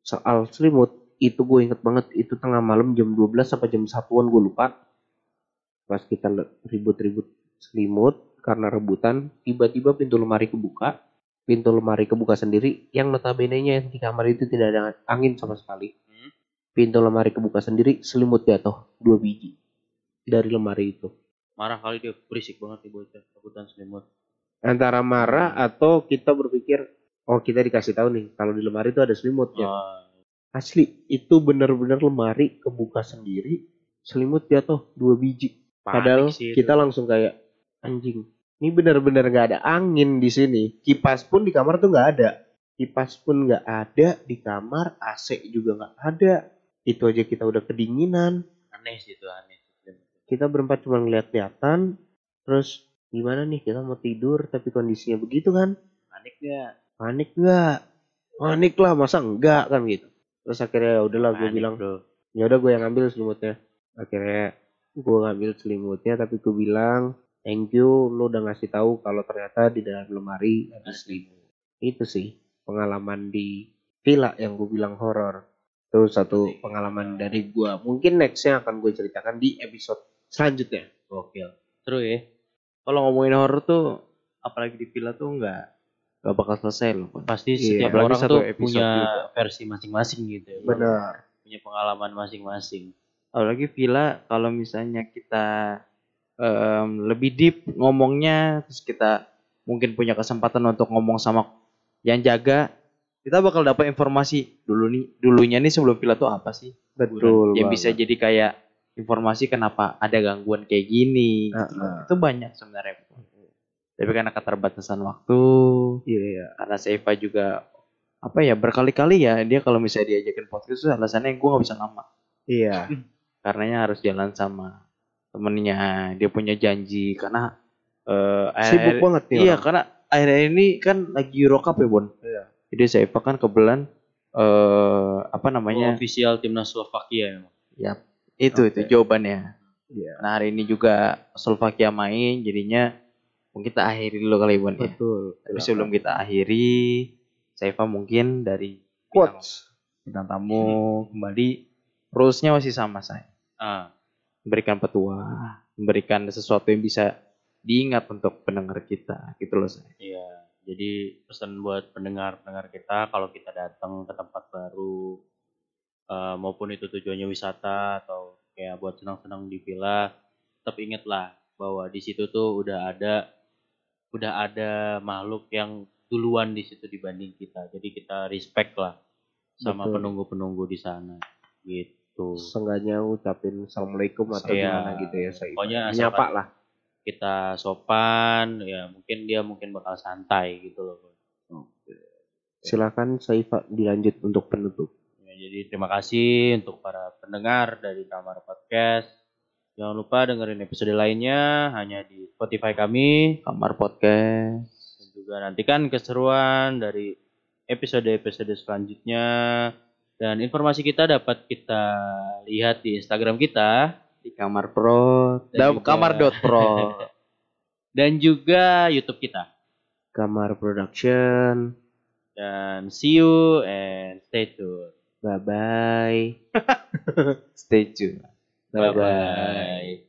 [SPEAKER 1] soal selimut, itu gue inget banget itu tengah malam jam 12 sampai jam 1-an gue lupa. Pas kita le- ribut-ribut selimut karena rebutan, tiba-tiba pintu lemari kebuka. Pintu lemari kebuka sendiri yang notabene-nya yang di kamar itu tidak ada angin sama sekali.
[SPEAKER 3] Hmm.
[SPEAKER 1] Pintu lemari kebuka sendiri, selimut jatuh dua biji dari lemari itu.
[SPEAKER 3] Marah kali dia berisik banget nih bocah rebutan selimut.
[SPEAKER 1] antara marah atau kita berpikir oh kita dikasih tahu nih kalau di lemari itu ada selimut ya
[SPEAKER 3] Ah,
[SPEAKER 1] asli itu benar-benar lemari kebuka sendiri selimut jatuh dua biji
[SPEAKER 3] panik
[SPEAKER 1] padahal
[SPEAKER 3] sih itu.
[SPEAKER 1] kita langsung kayak anjing ini benar-benar nggak ada angin di sini kipas pun di kamar tuh nggak ada kipas pun nggak ada di kamar AC juga nggak ada itu aja kita udah kedinginan
[SPEAKER 3] aneh sih itu aneh.
[SPEAKER 1] kita berempat cuma ngeliat-liatan terus gimana nih kita mau tidur tapi kondisinya begitu kan
[SPEAKER 3] Panik dia.
[SPEAKER 1] panik nggak panik lah masa enggak kan gitu terus akhirnya ya udahlah gue
[SPEAKER 3] Panik,
[SPEAKER 1] bilang
[SPEAKER 3] bro.
[SPEAKER 1] ya udah gue yang ngambil selimutnya akhirnya gue ngambil selimutnya tapi gue bilang thank you lu udah ngasih tahu kalau ternyata di dalam lemari ada selimut itu sih pengalaman di villa yang gue bilang horor itu satu pengalaman dari gue mungkin nextnya akan gue ceritakan di episode selanjutnya
[SPEAKER 3] Gokil. Seru ya. Kalau ngomongin horor tuh apalagi di villa tuh enggak
[SPEAKER 2] Gak bakal selesai loh. Bon.
[SPEAKER 3] pasti
[SPEAKER 1] Iya,
[SPEAKER 3] setiap
[SPEAKER 2] apalagi
[SPEAKER 3] orang
[SPEAKER 2] satu
[SPEAKER 3] tuh
[SPEAKER 2] episode
[SPEAKER 3] punya
[SPEAKER 2] juga.
[SPEAKER 3] versi masing-masing gitu ya.
[SPEAKER 1] benar
[SPEAKER 3] Punya pengalaman masing-masing.
[SPEAKER 2] Apalagi villa kalau misalnya kita em, lebih deep ngomongnya terus kita mungkin punya kesempatan untuk ngomong sama yang jaga kita bakal dapat informasi dulu nih dulunya nih sebelum villa tuh apa sih
[SPEAKER 1] betul
[SPEAKER 2] yang
[SPEAKER 1] banget.
[SPEAKER 2] bisa jadi kayak informasi kenapa ada gangguan kayak
[SPEAKER 1] gitu.
[SPEAKER 2] gini
[SPEAKER 1] Heeh.
[SPEAKER 2] itu banyak sebenarnya tapi karena keterbatasan waktu
[SPEAKER 1] iya iya.
[SPEAKER 2] karena Seva juga apa ya berkali-kali ya dia kalau misalnya diajakin podcast tuh alasannya gue nggak bisa lama
[SPEAKER 1] Iya,
[SPEAKER 2] karenanya harus jalan sama temennya dia punya janji karena eh
[SPEAKER 1] sibuk
[SPEAKER 2] akhir-
[SPEAKER 1] banget nih.
[SPEAKER 2] iya
[SPEAKER 1] orang.
[SPEAKER 2] karena akhir-akhir ini kan lagi Euro Cup ya Bon
[SPEAKER 1] Iya.
[SPEAKER 2] jadi Seva kan kebelan eh apa
[SPEAKER 3] Banyak.
[SPEAKER 2] namanya
[SPEAKER 3] official timnas Slovakia emang.
[SPEAKER 2] itu itu
[SPEAKER 1] Oh, Oke.
[SPEAKER 2] jawabannya
[SPEAKER 1] Iya.
[SPEAKER 2] nah hari ini juga Slovakia main jadinya mungkin kita akhiri dulu kali Bon ya
[SPEAKER 1] Betul.
[SPEAKER 2] tapi
[SPEAKER 1] Iya.
[SPEAKER 2] sebelum kita akhiri Seva mungkin dari
[SPEAKER 1] quotes
[SPEAKER 2] bintang tamu
[SPEAKER 1] Hmm.
[SPEAKER 2] kembali rulesnya masih sama saya
[SPEAKER 3] Ah,
[SPEAKER 2] memberikan petua, memberikan sesuatu yang bisa diingat untuk pendengar kita, gitu loh saya.
[SPEAKER 3] iya. Jadi pesan buat pendengar-pendengar kita kalau kita datang ke tempat baru eh, maupun itu tujuannya wisata atau kayak buat senang-senang di villa, tetap ingatlah bahwa di situ tuh udah ada udah ada makhluk yang duluan di situ dibanding kita. Jadi kita respect lah sama
[SPEAKER 1] Betul.
[SPEAKER 3] penunggu-penunggu di sana. Gitu.
[SPEAKER 1] Seenggaknya ucapin assalamualaikum atau
[SPEAKER 3] Iya.
[SPEAKER 1] gimana gitu ya saya.
[SPEAKER 3] Pokoknya asal
[SPEAKER 1] Menyapa lah.
[SPEAKER 3] kita sopan, ya mungkin dia mungkin bakal santai gitu loh.
[SPEAKER 1] Silakan Saifa dilanjut untuk penutup.
[SPEAKER 3] Ya, jadi terima kasih untuk para pendengar dari Kamar Podcast. Jangan lupa dengerin episode lainnya hanya di Spotify kami
[SPEAKER 2] Kamar podcast.
[SPEAKER 3] dan juga nantikan keseruan dari episode-episode selanjutnya dan informasi kita dapat kita lihat di Instagram kita
[SPEAKER 2] di kamar pro
[SPEAKER 3] Dan
[SPEAKER 2] da-
[SPEAKER 3] juga-
[SPEAKER 2] kamar dot pro
[SPEAKER 3] dan juga YouTube kita.
[SPEAKER 1] Kamar Production.
[SPEAKER 3] Dan see you and stay tuned.
[SPEAKER 1] Bye bye.
[SPEAKER 2] stay tune
[SPEAKER 1] Bye-bye.
[SPEAKER 3] Bye-bye.